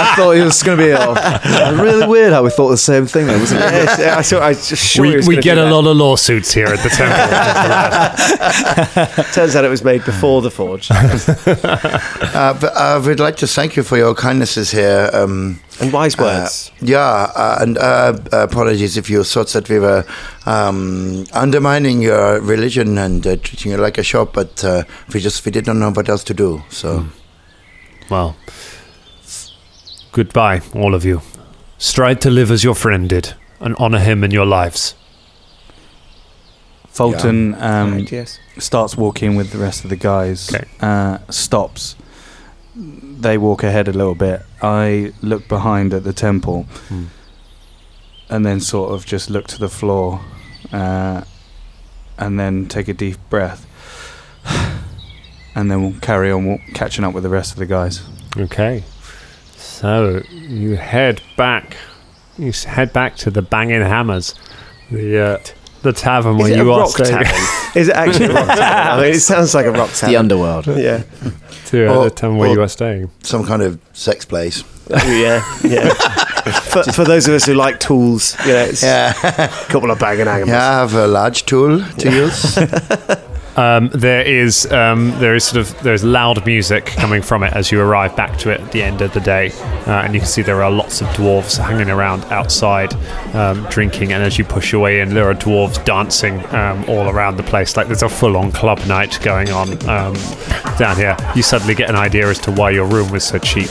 S1: I thought it was going to be uh, really weird how we thought the same thing then, wasn't it?
S7: Yes, I saw. I was just sure he
S6: we
S7: was
S6: we
S7: gonna
S6: get
S7: do
S6: a
S7: that.
S6: lot of lawsuits here at the temple.
S7: Turns out it was made before the forge.
S9: Uh, but I would like to thank you for your kindnesses here. Um,
S7: And wise
S9: uh,
S7: words.
S9: yeah, uh, and uh, apologies if you thought that we were um, undermining your religion and uh, treating you like a shop, but uh, we just we did not know what else to do. So
S6: Hmm. well, goodbye, all of you. Strive to live as your friend did and honor him in your lives.
S2: Fulton um,
S7: Right, yes.
S2: starts walking with the rest of the guys.
S6: Okay.
S2: Uh, stops. They walk ahead a little bit. I look behind at the temple,
S6: Hmm.
S2: and then sort of just look to the floor, uh, and then take a deep breath, and then we'll carry on walk, catching up with the rest of the guys.
S6: Okay. So you head back. You s- head back to the Banging Hammers, the uh, the tavern
S7: Is
S6: where
S7: it a
S6: you are
S7: rock
S6: staying.
S7: tavern? Is it actually a rock tavern? I mean, it sounds like a rock
S1: The
S7: tavern.
S1: underworld.
S7: Yeah.
S6: to uh,
S9: Uh, Or-
S6: the tavern where
S9: or-
S6: you are staying.
S9: some kind of sex place.
S7: yeah, yeah. For, for those of us who like tools, you know, it's a couple of banging animals.
S9: Yeah, I have a large tool to use.
S6: Um, there is um, there is sort of there is loud music coming from it as you arrive back to it at the end of the day, uh, and you can see there are lots of dwarves hanging around outside, um, drinking. And as you push your way in, there are dwarves dancing um, all around the place. Like there's a full-on club night going on um, down here. You suddenly get an idea as to why your room was so cheap.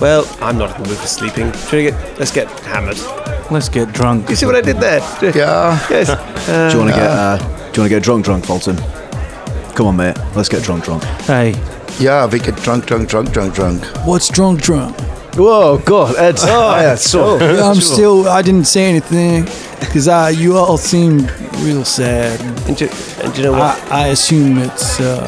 S14: Well, I'm not in the mood for sleeping. Should we get, let's get hammered.
S2: Let's get drunk.
S14: You see what I did there?
S9: Yeah.
S14: Yes. Uh,
S1: Do you want to get uh, Do you want to get drunk, drunk, Fulton? Come on, mate. Let's get drunk, drunk.
S2: Hey,
S9: Yeah, we get drunk, drunk, drunk, drunk, drunk.
S11: What's drunk, drunk?
S1: Whoa, God, Ed. Oh, yeah, sure.
S11: I'm still. I didn't say anything because I. You all seem real sad.
S14: and, do, and do you know what?
S11: I, I assume it's uh,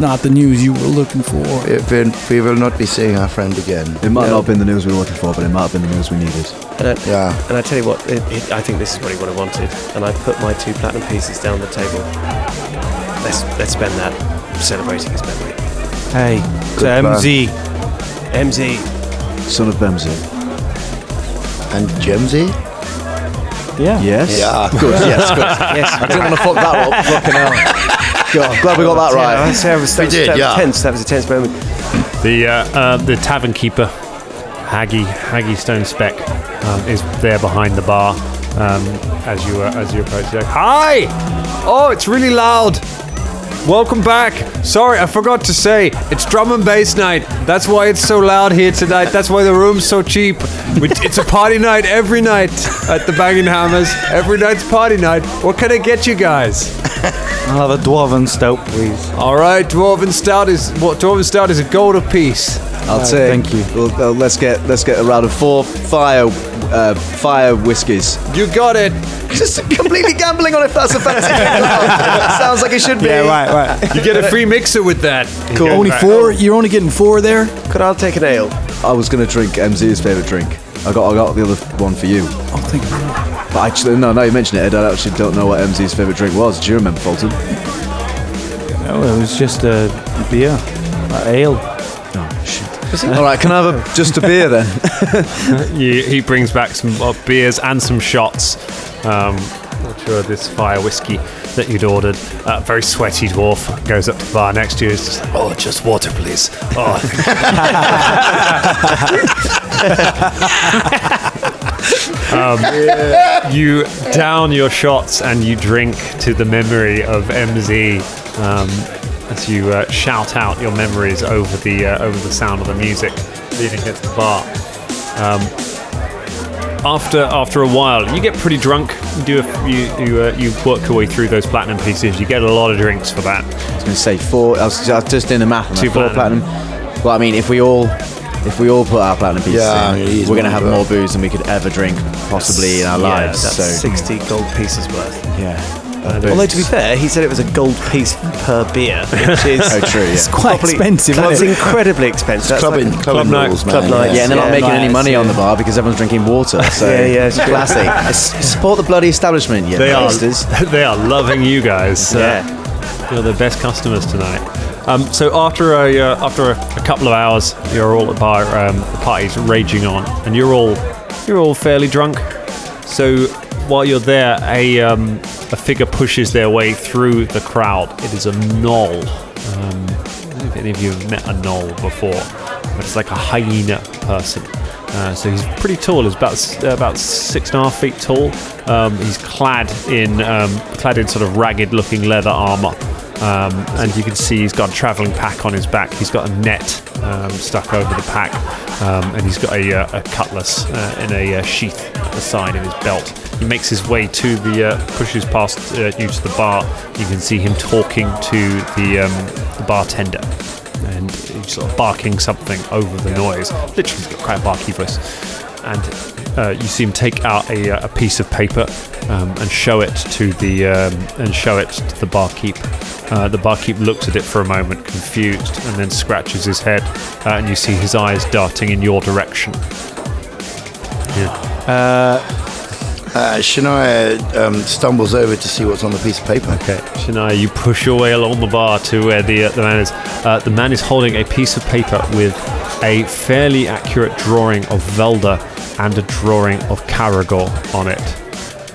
S11: not the news you were looking for.
S9: We, we, we will not be seeing our friend again.
S1: It might not have been the news we were looking for, but it might have been the news we needed.
S14: and, I,
S9: Yeah.
S14: and I tell you what, it, it, I think this is really what I wanted. And I put my two platinum pieces down the table. Let's let's spend that celebrating his memory.
S2: hey, to
S9: Good
S2: MZ.
S14: MZ,
S1: Son of Bemzi.
S9: And Jemsy?
S1: Yes.
S7: Ah,
S1: Yeah. Good. Yes. Good. yes. I didn't want to fuck that up. Fucking hell. God, glad we got that
S14: Yeah,
S1: right.
S14: I'd say I was, that was,
S9: did,
S14: that was
S9: yeah.
S14: tense. That was a tense moment.
S6: The uh, uh, the tavern keeper, Haggy Haggy Stone Speck, um, is there behind the bar um, as you uh, as you approach. He's Like, Hi! Oh, it's really loud. Welcome back. Sorry, I forgot to say it's drum and bass night. That's why it's so loud here tonight. That's why the room's so cheap. We- It's a party night every night at the Banging Hammers. Every night's party night. What can I get you guys?
S2: I'll have a dwarven stout, please.
S6: All right, dwarven stout is what dwarven stout is a gold apiece.
S1: I'll take. Thank you. Well, uh, let's get let's get a round of four fire uh, fire whiskies.
S6: You got it.
S1: Just completely gambling on if that's offensive. Sounds like it should be. Yeah, right.
S6: You get a free mixer with that. Cool.
S11: Only four. You're only getting four there.
S14: Could I take an ale?
S1: I was gonna drink MZ's favorite drink. I got I got the other one for you.
S11: I'll think.
S1: But actually, no, now you mention it, Ed, I actually don't know what MZ's favorite drink was. Do you remember Fulton?
S2: No, it was just a beer, a ale.
S1: Oh, All right, can I have a, just a beer then?
S6: He, he brings back some uh, beers and some shots. Um, not sure of this fire whiskey that you'd ordered. Uh, very sweaty dwarf goes up to the bar next to you. Is just like, oh, just water, please. Oh, Um, you down your shots and you drink to the memory of MZ um, as you uh, shout out your memories over the uh, over the sound of the music, leading it to the bar. Um, after after a while, you get pretty drunk. You do a, you you, uh, you work your way through those platinum pieces. You get a lot of drinks for that.
S1: I was gonna say four. I was, I was just doing the math. and
S6: Two
S1: four
S6: platinum.
S1: platinum. Well, I mean, if we all if we all put our platinum pieces
S9: Yeah, it
S1: in,
S9: is
S1: we're gonna have
S9: more,
S1: more booze than we could ever drink possibly in our lives.
S14: that's
S1: so
S14: 60 gold pieces worth.
S1: yeah,
S14: Although, to be fair, he said it was a gold piece per beer, which is
S1: oh true. Yeah.
S11: Quite
S14: probably-
S11: expensive,
S14: That's
S11: isn't it?
S14: incredibly expensive. That's
S9: Clubbing,
S14: like-
S9: clubbing
S6: night,
S9: rules,
S14: club
S9: man.
S14: night,
S1: Yeah, and they're not
S14: Yeah,
S1: making
S14: nice,
S1: any money on
S14: yeah.
S1: the bar because everyone's drinking water. So
S14: Yeah, yeah, it's true.
S1: classic. S- Support the bloody establishment, you
S6: They are
S1: bastards.
S6: they are loving you guys. Uh,
S14: yeah.
S6: You're the best customers tonight. Um, so after a uh, after a, a couple of hours, you're all at the bar. Um, the party's raging on, and you're all you're all fairly drunk. So while you're there, a um, a figure pushes their way through the crowd. It is a gnoll. Um, I don't know if any of you have met a gnoll before, but it's like a hyena person. Uh, so he's pretty tall. He's about s- uh, about six and a half feet tall. Um, he's clad in um, clad in sort of ragged-looking leather armor, um, and you can see he's got a traveling pack on his back. He's got a net um, stuck over the pack, um, and he's got a, uh, a cutlass uh, in a uh, sheath at the side of his belt. He makes his way to the uh, pushes past uh, you to the bar. You can see him talking to the, um, the bartender. And he's sort of barking something over the noise. Literally, he's got quite a barky voice and uh, you see him take out a, uh, a piece of paper um, and show it to the um, and show it to the barkeep. Uh, the barkeep looks at it for a moment, confused, and then scratches his head, uh, and you see his eyes darting in your direction. Yeah.
S9: Uh, Shania um, stumbles over to see what's on the piece of paper.
S6: Okay, Shania, you push your way along the bar to where the uh, the man is. Uh, the man is holding a piece of paper with a fairly accurate drawing of Velda and a drawing of Caragor on it.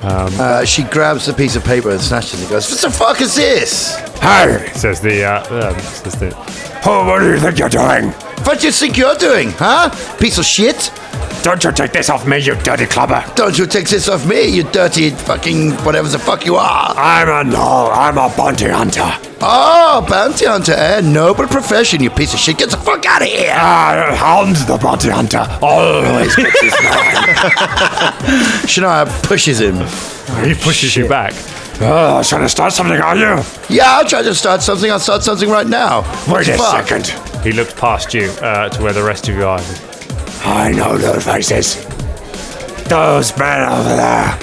S13: Um,
S9: uh, she grabs a piece of
S13: Uh,
S9: paper and snatches it. Goes, "What the fuck is this?
S13: Hey, says the uh, um, says the. Oh, what do you think you're doing?
S9: What do you think you're doing, huh? Piece of shit!
S13: Don't you take this off me, you dirty clubber!
S9: Don't you take this off me, you dirty fucking whatever the fuck you are!
S13: I'm a no, I'm a bounty hunter.
S9: Oh, bounty hunter, eh? Noble profession, you piece of shit! Get the fuck out of here!
S13: Ah, hound the bounty hunter
S7: Oh,
S13: always gets his man.
S9: Shania pushes him.
S13: he pushes you back. Uh, trying to start something, are you?
S9: Yeah, I'll try to start something. I'll start something right now. What
S13: Wait
S9: the
S13: a
S9: fuck?
S13: second. He looked past you uh, to where the rest of you are. I know those faces. Those men over there.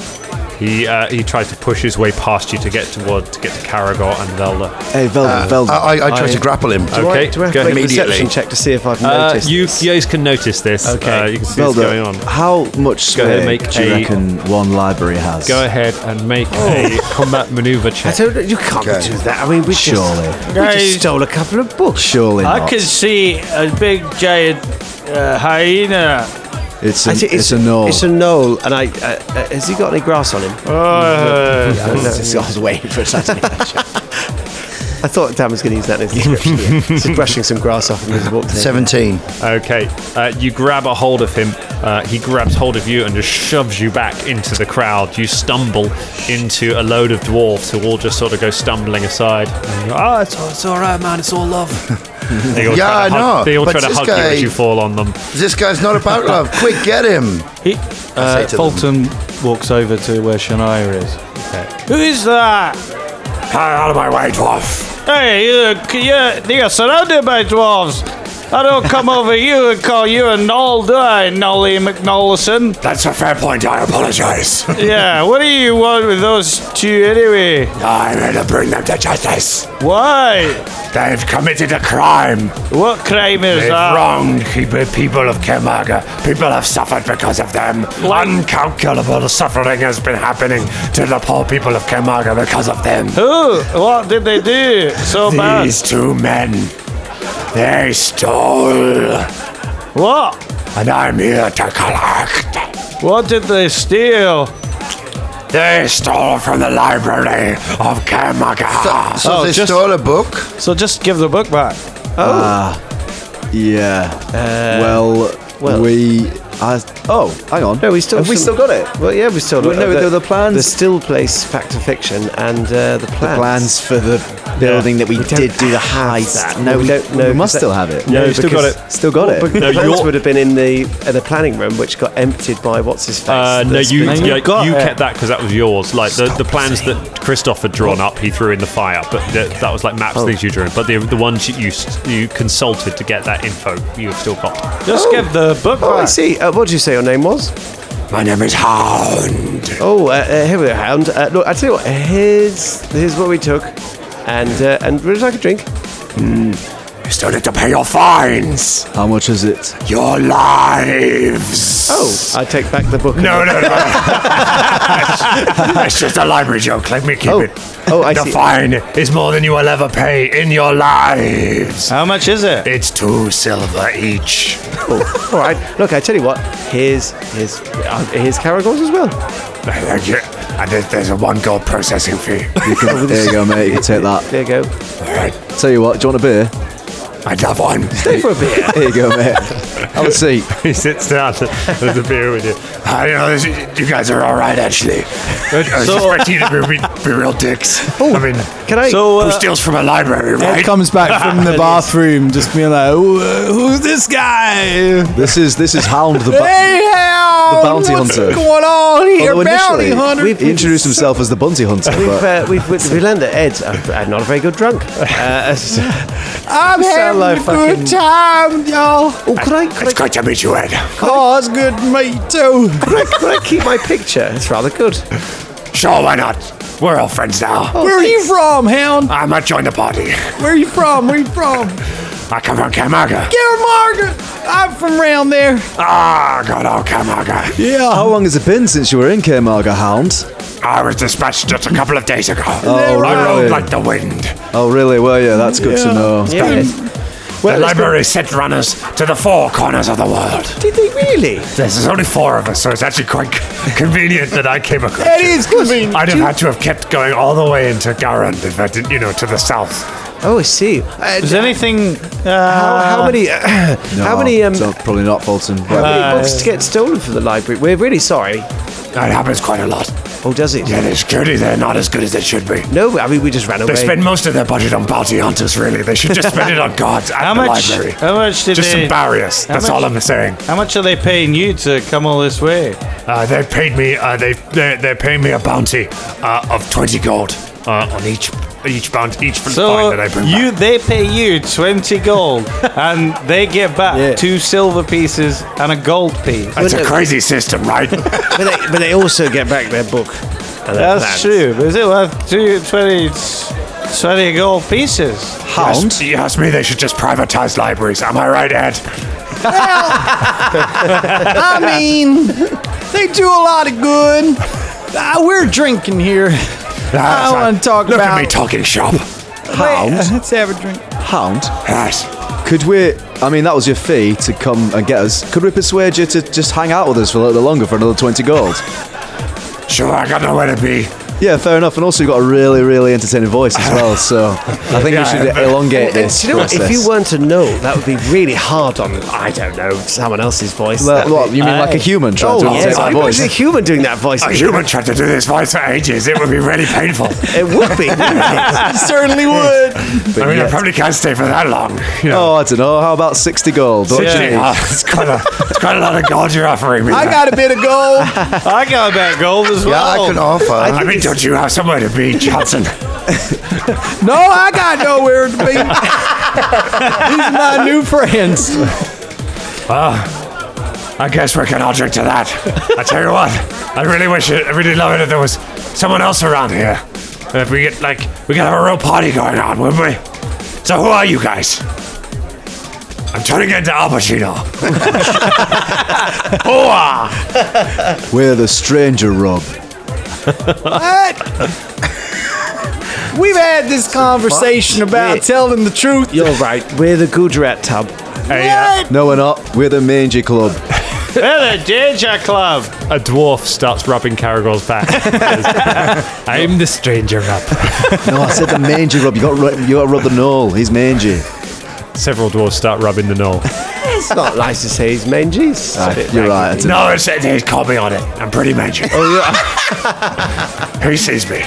S13: He uh, he tried to push his way past you to get toward to get to Caragor and Velda.
S1: Hey, Velda, Velda.
S9: I, I, I try to grapple him.
S13: Okay,
S7: I, do I have
S13: go
S7: to make a
S9: immediately.
S7: perception check to see if I've
S6: Uh,
S7: noticed?
S6: you guys can notice this. Okay, you can see what's
S1: Velda,
S6: going on.
S1: How much
S6: ahead
S1: square
S6: and make
S1: do you
S6: a-
S1: reckon one library has?
S6: Go ahead and make a combat maneuver check.
S7: Oh. I don't, you can't
S9: Okay.
S7: do that. I mean, we
S1: Surely.
S7: just, we just
S1: Oh,
S7: stole a couple of books.
S1: Surely
S2: I
S1: not.
S2: can see a big giant uh, hyena.
S1: It's a,
S7: I
S1: it's,
S7: think
S1: a no.
S7: It's a knoll, and I uh, uh, has he got any grass on him?
S1: I was- I was waiting for a second.
S7: I thought Dan was going to use that in his description. yeah. So brushing some grass off him as he walked in.
S9: Seventeen.
S6: Okay, uh, you grab a hold of him. Uh, he grabs hold of you and just shoves you back into the crowd. You stumble into a load of dwarves who all just sort of go stumbling aside. And you're, Oh, it's, all- it's all right, man. It's all love. they all try
S9: Yeah,
S6: to hug,
S9: I know,
S6: They all
S9: but
S6: try to
S9: this
S6: hug you
S9: guy-
S6: as you fall on them.
S9: This guy's not about love. Quick, get him!
S2: He,
S9: I say
S2: uh,
S9: to them-
S2: Fulton walks over to where Shania is. Who is that?
S13: Out of my way, dwarf.
S2: Hey, you, you're, you're surrounded by dwarves. I don't come over you and call you a knoll, do I, Nolly McNollison?
S13: That's a fair point. I apologize.
S2: Yeah, what do you want with those two anyway?
S13: I'm here to bring them to justice.
S2: Why?
S13: They've committed a crime.
S2: What crime is
S13: They've
S2: that?
S13: wronged the people of Kermaga. People have suffered because of them. Uncalculable suffering has been happening to the poor people of Kermaga because of them.
S2: Who? What did they do so bad?
S13: These two men, they stole,
S2: What?
S13: and I'm here to collect.
S2: What did they steal?
S13: They stole from the library of Kermaga.
S9: So
S2: Oh,
S9: they
S2: just-
S9: stole a book.
S2: So just give the book back.
S1: oh. Ah, yeah. Uh, well, we. I, oh, hang on.
S7: No, we still
S1: Have we still got it?
S7: Well, yeah, we still
S1: Well, no, the- the plans-
S7: the still place, fact or fiction, and uh, the plans.
S1: The plans for the building that we,
S7: don't
S1: did do the
S7: have
S1: heist.
S7: that.
S1: No, we
S7: We
S1: don't.
S7: don't-
S1: No,
S7: no,
S1: we must
S7: that-
S1: still have it.
S7: No,
S6: you still got
S7: because-
S6: it.
S1: Still got
S7: Well,
S1: it.
S7: because
S6: No,
S7: the plans
S6: you're-
S7: would have been in the uh, the planning room, which got emptied by what's his face.
S6: Uh, no,
S7: that's
S6: you
S7: been-
S6: yeah, you,
S2: got it.
S6: kept that because that was yours. Like the, the plans that Christoph had drawn up, he threw in the fire. But the, that was like maps things you drew. But the the ones that you s- you consulted to get that info, you've still got.
S2: Just give the book
S7: Oh, I
S2: back.
S7: see. Uh, what did you say your name was?
S13: My name is Hound.
S7: Oh, uh, uh, here we are, Hound. Uh, look, I tell you what. Here's here's what we took, and uh, and would you like a drink?
S13: Hmm. You still need to pay your fines,
S1: How much is it?
S13: your lives.
S7: Oh, I take back the book.
S13: No, no, no. That's just a library joke. Let me keep
S7: Oh.
S13: it.
S7: Oh, I
S13: the
S7: see.
S13: fine is more than you will ever pay in your lives.
S2: How much is it?
S13: It's two silver each.
S7: Oh, all right. Look, I tell you what. Here's here's uh, here's Caragor's as well.
S13: Thank you. And there- there's a one gold processing fee.
S1: You can, there you go, mate. You can take that.
S7: There you go.
S13: All right.
S1: Tell you what. Do you want a beer?
S13: I'd love one.
S7: Stay for a bit.
S1: Here you go, mate. Have a seat.
S13: he sits down. There's a beer with you. I know this, you guys are all right, actually. Uh, I was expecting you to be, be, be real dicks. I mean,
S7: Can I?
S2: So,
S13: who
S2: uh,
S13: steals from a library,
S3: Ed
S13: right?
S3: comes back from the bathroom just being like, "Who- uh, who's this guy?
S1: This is this is Hound the. Bu-
S3: Hey, hell,
S1: The bounty
S3: what's
S1: hunter.
S3: going on here,
S1: Although
S3: bounty
S1: initially,
S3: hunter?
S7: We've-
S1: he introduced himself as the bounty hunter,
S7: We've,
S1: but
S7: uh, we've, we've, we learned that Ed's uh, not a very good drunk. Uh, so-
S3: I'm having
S7: like
S3: a good time, y'all.
S7: oh, could I, could, I,
S13: It's great to meet you, Ed.
S3: Oh, it's good to meet you too.
S7: could, I, could I keep my picture? It's rather good.
S13: Sure, why not? We're all friends now.
S3: Where are you from, Hound?
S13: I might join the party.
S3: Where are you from? Where are you from?
S13: I come from Kamaga.
S3: Gary Margaret. I'm from round there.
S13: Ah, good old Kamaga.
S3: Yeah.
S1: how long has it been since you were in Kermarga, Hound?
S13: I was dispatched just a couple of days ago.
S1: Oh,
S13: I
S1: really?
S13: rode like the wind.
S1: Oh, really? Well, yeah, that's good to know.
S7: Yeah, it is.
S13: the library sent runners to the four corners of the world.
S7: Did they really?
S13: There's only four of us, so it's actually quite c- convenient that I came across.
S7: That
S13: you.
S7: is convenient.
S13: I'd have had to have kept going all the way into Garand if I didn't, you know, to the south.
S7: Oh, I see.
S2: Is anything? Uh,
S7: how
S13: Ah.
S7: many? how many? Um,
S1: so probably not Bolton.
S7: how many books get stolen from the library? We're really sorry.
S13: Uh, That happens quite a lot.
S7: Oh, does it?
S13: Yeah, the security there not as good as they should be.
S7: No, I mean we just ran away.
S13: They spend most of their budget on bounty hunters, really. They should just spend it on guards at
S2: How
S13: the
S2: much?
S13: library.
S2: How much did
S13: Just
S2: they?
S13: embarrass us.
S2: how
S13: That's
S2: much-
S13: all I'm saying.
S2: How much are they paying you to come all this way?
S13: Uh, they paid me. Uh, they they they paying me a bounty uh, of twenty gold uh, on each each bounty each
S2: So
S13: fine that I bring
S2: you,
S13: back.
S2: they pay you twenty gold, and they get back two silver pieces and a gold piece.
S13: It's a crazy system, right?
S7: but, they, but they also get back their book. And their
S2: That's
S7: plans.
S2: true. But is it worth two, 20, 20 gold pieces?
S13: Hound? You asked me. They should just privatize libraries. Am I right, Ed?
S3: I mean, they do a lot of good. Ah, we're drinking here. I
S13: Ah, That's
S3: don't want
S13: right.
S3: to talk
S13: Look
S3: about
S13: at me talking shop.
S3: Wait, Let's have a drink.
S1: Hound?
S13: Yes.
S1: Could we? I mean, that was your fee to come and get us. Could we persuade you to just hang out with us for a little longer for another twenty gold?
S13: Sure, I got nowhere to be.
S1: Yeah, fair enough. And also, you've got a really, really entertaining voice as well. So I think
S13: Yeah,
S1: we should
S13: but-
S1: elongate
S7: And, and
S1: this.
S7: do you know what? If
S1: process.
S7: you weren't a no, that would be really hard on, I don't know, someone else's voice.
S1: Well,
S7: That'd
S1: what,
S7: be-
S1: you mean like a human trying
S7: Oh,
S1: to
S7: yes.
S1: imitate my
S7: I was a
S1: voice?
S7: human doing that voice.
S13: Uh, A human tried to do this voice for ages. It would be really painful.
S7: It would be. wouldn't it?
S3: Certainly would.
S13: I mean, I
S1: yet-
S13: probably can't stay for that long. You know,
S1: Oh, I don't know. How about sixty gold? Don't
S13: Gee,
S1: you?
S13: uh, it's quite a it's quite a lot of gold you're offering me.
S3: I
S13: there.
S3: got a bit of gold.
S2: I got about gold as
S9: Yeah,
S2: well.
S9: I can offer.
S13: I mean, don't you have somewhere to be, Johnson?
S3: No, I got nowhere to be. These are my new friends.
S13: Ah, I guess we can all drink to that. I tell you what, I really wish it, I really love it if there was someone else around here. And if we get like, we could have a real party going on, wouldn't we? So who are you guys? I'm trying to get into Al Pacino. Oh, Whoa!
S1: We're the stranger, Rob.
S3: We've had this conversation about
S7: Yeah.
S3: telling the truth.
S7: You're right. We're the Gujarat tub.
S13: Hey, uh,
S1: No, we're not. We're the Mangy Club.
S2: We're the Danger Club.
S10: A dwarf starts rubbing Caragor's back. I'm the stranger up.
S1: No, I said the Mangy Rob. You got ru- you got to rub the knoll. He's mangy.
S10: Several dwarves start rubbing the knoll.
S7: It's not nice to say he's mangy. It's a bit
S1: You're
S7: raggedy.
S1: right. I don't-
S13: no, it's, it's caught me on it. I'm pretty magic. Oh yeah. he sees me.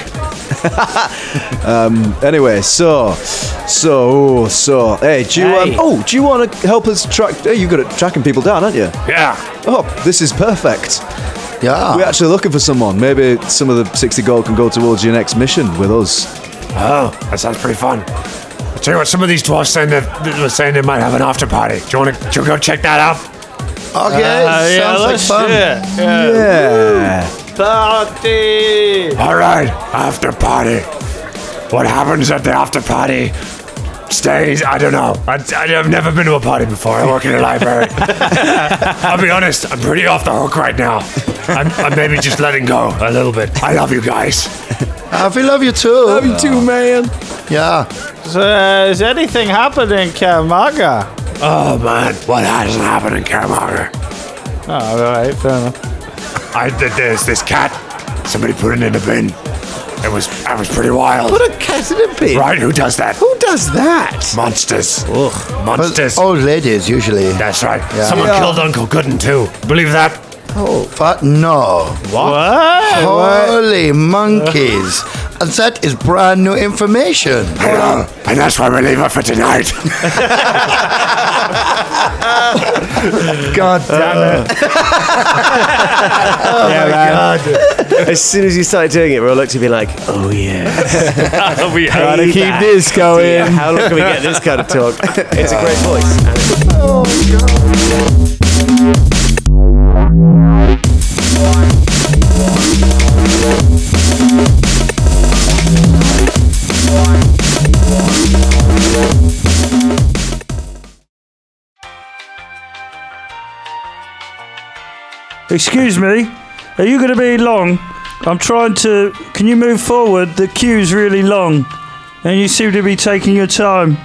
S1: Um, Anyway, so, so, so. Hey, do you? Um,
S2: Hey.
S1: oh, do you want to help us track? Hey, you've got it tracking people down, aren't you?
S13: Yeah.
S1: Oh, this is perfect.
S9: yeah.
S1: We're actually looking for someone. Maybe some of the 60 gold can go towards your next mission with us.
S13: Oh, that sounds pretty fun. I tell you what, some of these dwarves saying that, that were saying they might have an after party. Do you want to, go check that out?
S9: Okay,
S2: Uh, yeah,
S9: sounds like
S2: let's do
S9: fun.
S2: it. Yeah.
S1: Yeah.
S2: Ah, Party.
S13: All right, after party. What happens at the after party? Stays. I don't know. I, I, have never been to a party before. I work in a library. I'll be honest. I'm pretty off the hook right now. I'm, I'm maybe just letting go a little bit. I love you guys.
S9: Uh, we love you too. Love you too, man. Yeah.
S2: So, uh, is anything happening in Kamaga?
S13: Oh man, what hasn't happened in Karamarga?
S2: Oh,
S7: Ah,
S2: all right, fair enough.
S13: I did this. This cat. Somebody put it in a bin. It was. I was pretty wild.
S7: What a cat in a bin.
S13: Right? Who does that?
S7: Who does that?
S13: Monsters. Ugh.
S9: But
S13: Monsters.
S9: old ladies usually.
S13: That's right. Someone killed Uncle Gooden too. Believe that?
S7: Oh,
S9: But no.
S2: What?
S9: Holy monkeys. And that is brand new information.
S13: I know. And that's why we leave it for tonight. Oh,
S9: God
S7: Uh,
S9: damn it.
S7: yeah, as soon as you started doing it, we all looked at me like, oh yeah.
S10: we
S7: Gotta keep this going. How long can we get this kind of talk? It's a great voice.
S15: Excuse me, are you going to be long? I'm trying to. Can you move forward? The queue's really long, and you seem to be taking your time.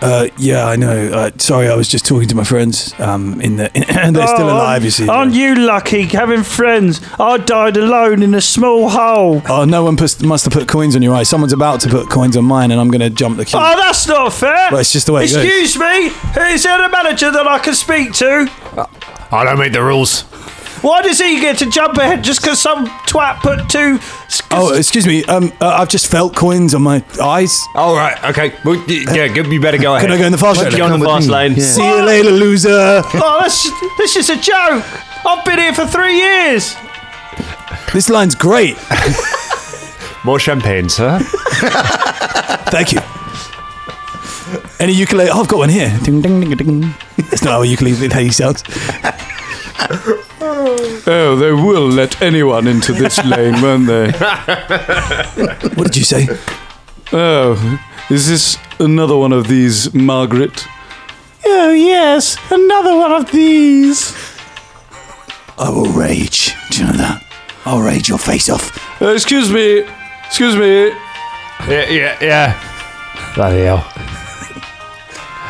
S3: Uh, yeah, I know. Uh, sorry, I was just talking to my friends. Um, in the they're still
S15: Oh,
S3: alive. You see.
S15: Aren't you lucky having friends? I died alone in a small hole.
S3: Oh, no one pus- must have put coins on your eyes. Someone's about to put coins on mine, and I'm going to jump the queue.
S15: Oh, that's not fair.
S3: Well, it's just the way it goes.
S15: Excuse me. Is there a manager that I can speak to?
S16: I don't make the rules.
S15: Why does he get to jump ahead just because some twat put two?
S3: Oh, excuse me. Um, uh, I've just felt coins on my eyes.
S16: All right, okay. Well, y- yeah, go- Oh, you better go ahead.
S3: Can I go in the fast lane?
S16: Go in the fast lane.
S3: See you later, loser.
S15: Oh, this, this is a joke. I've been here for three years.
S3: This line's great.
S17: More champagne, sir.
S3: Thank you. Any ukulele? Oh, I've got one here. Ding, ding, ding, ding. That's not how a ukulele how you sounds.
S2: Oh, they will let anyone into this lane, won't they?
S3: what did you say?
S2: Oh, is this another one of these, Margaret?
S18: Oh, yes, another one of these.
S3: I will rage. Do you know that? I'll rage your face off.
S2: Uh, excuse me. Excuse me.
S17: Yeah, yeah, yeah. Bloody hell.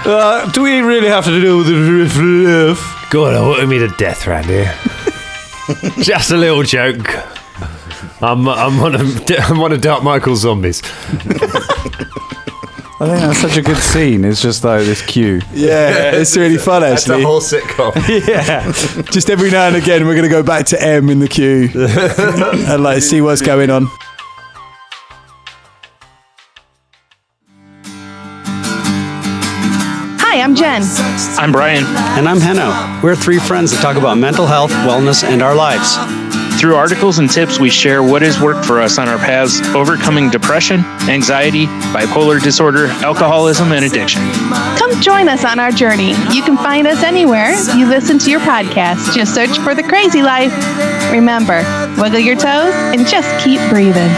S2: Uh, do we really have to deal with the riff riff?
S17: God, I wanted me to death, Randy. Just a little joke. I'm, I'm, one of, I'm one of Dark Michael's zombies.
S2: I think that's such a good scene. It's just like this queue.
S3: Yeah, it's really fun
S17: That's
S3: actually.
S17: a whole sitcom.
S3: yeah. Just every now and again, we're going to go back to M in the queue and like see what's going on.
S19: Hi, I'm Jen.
S20: I'm Brian. And I'm Hanno. We're three friends that talk about mental health, wellness, and our lives.
S6: Through articles and tips, we share what has worked for us on our paths overcoming depression, anxiety, bipolar disorder, alcoholism, and addiction.
S19: Come join us on our journey. You can find us anywhere you listen to your podcast. Just search for The Crazy Life. Remember, wiggle your toes and just keep breathing.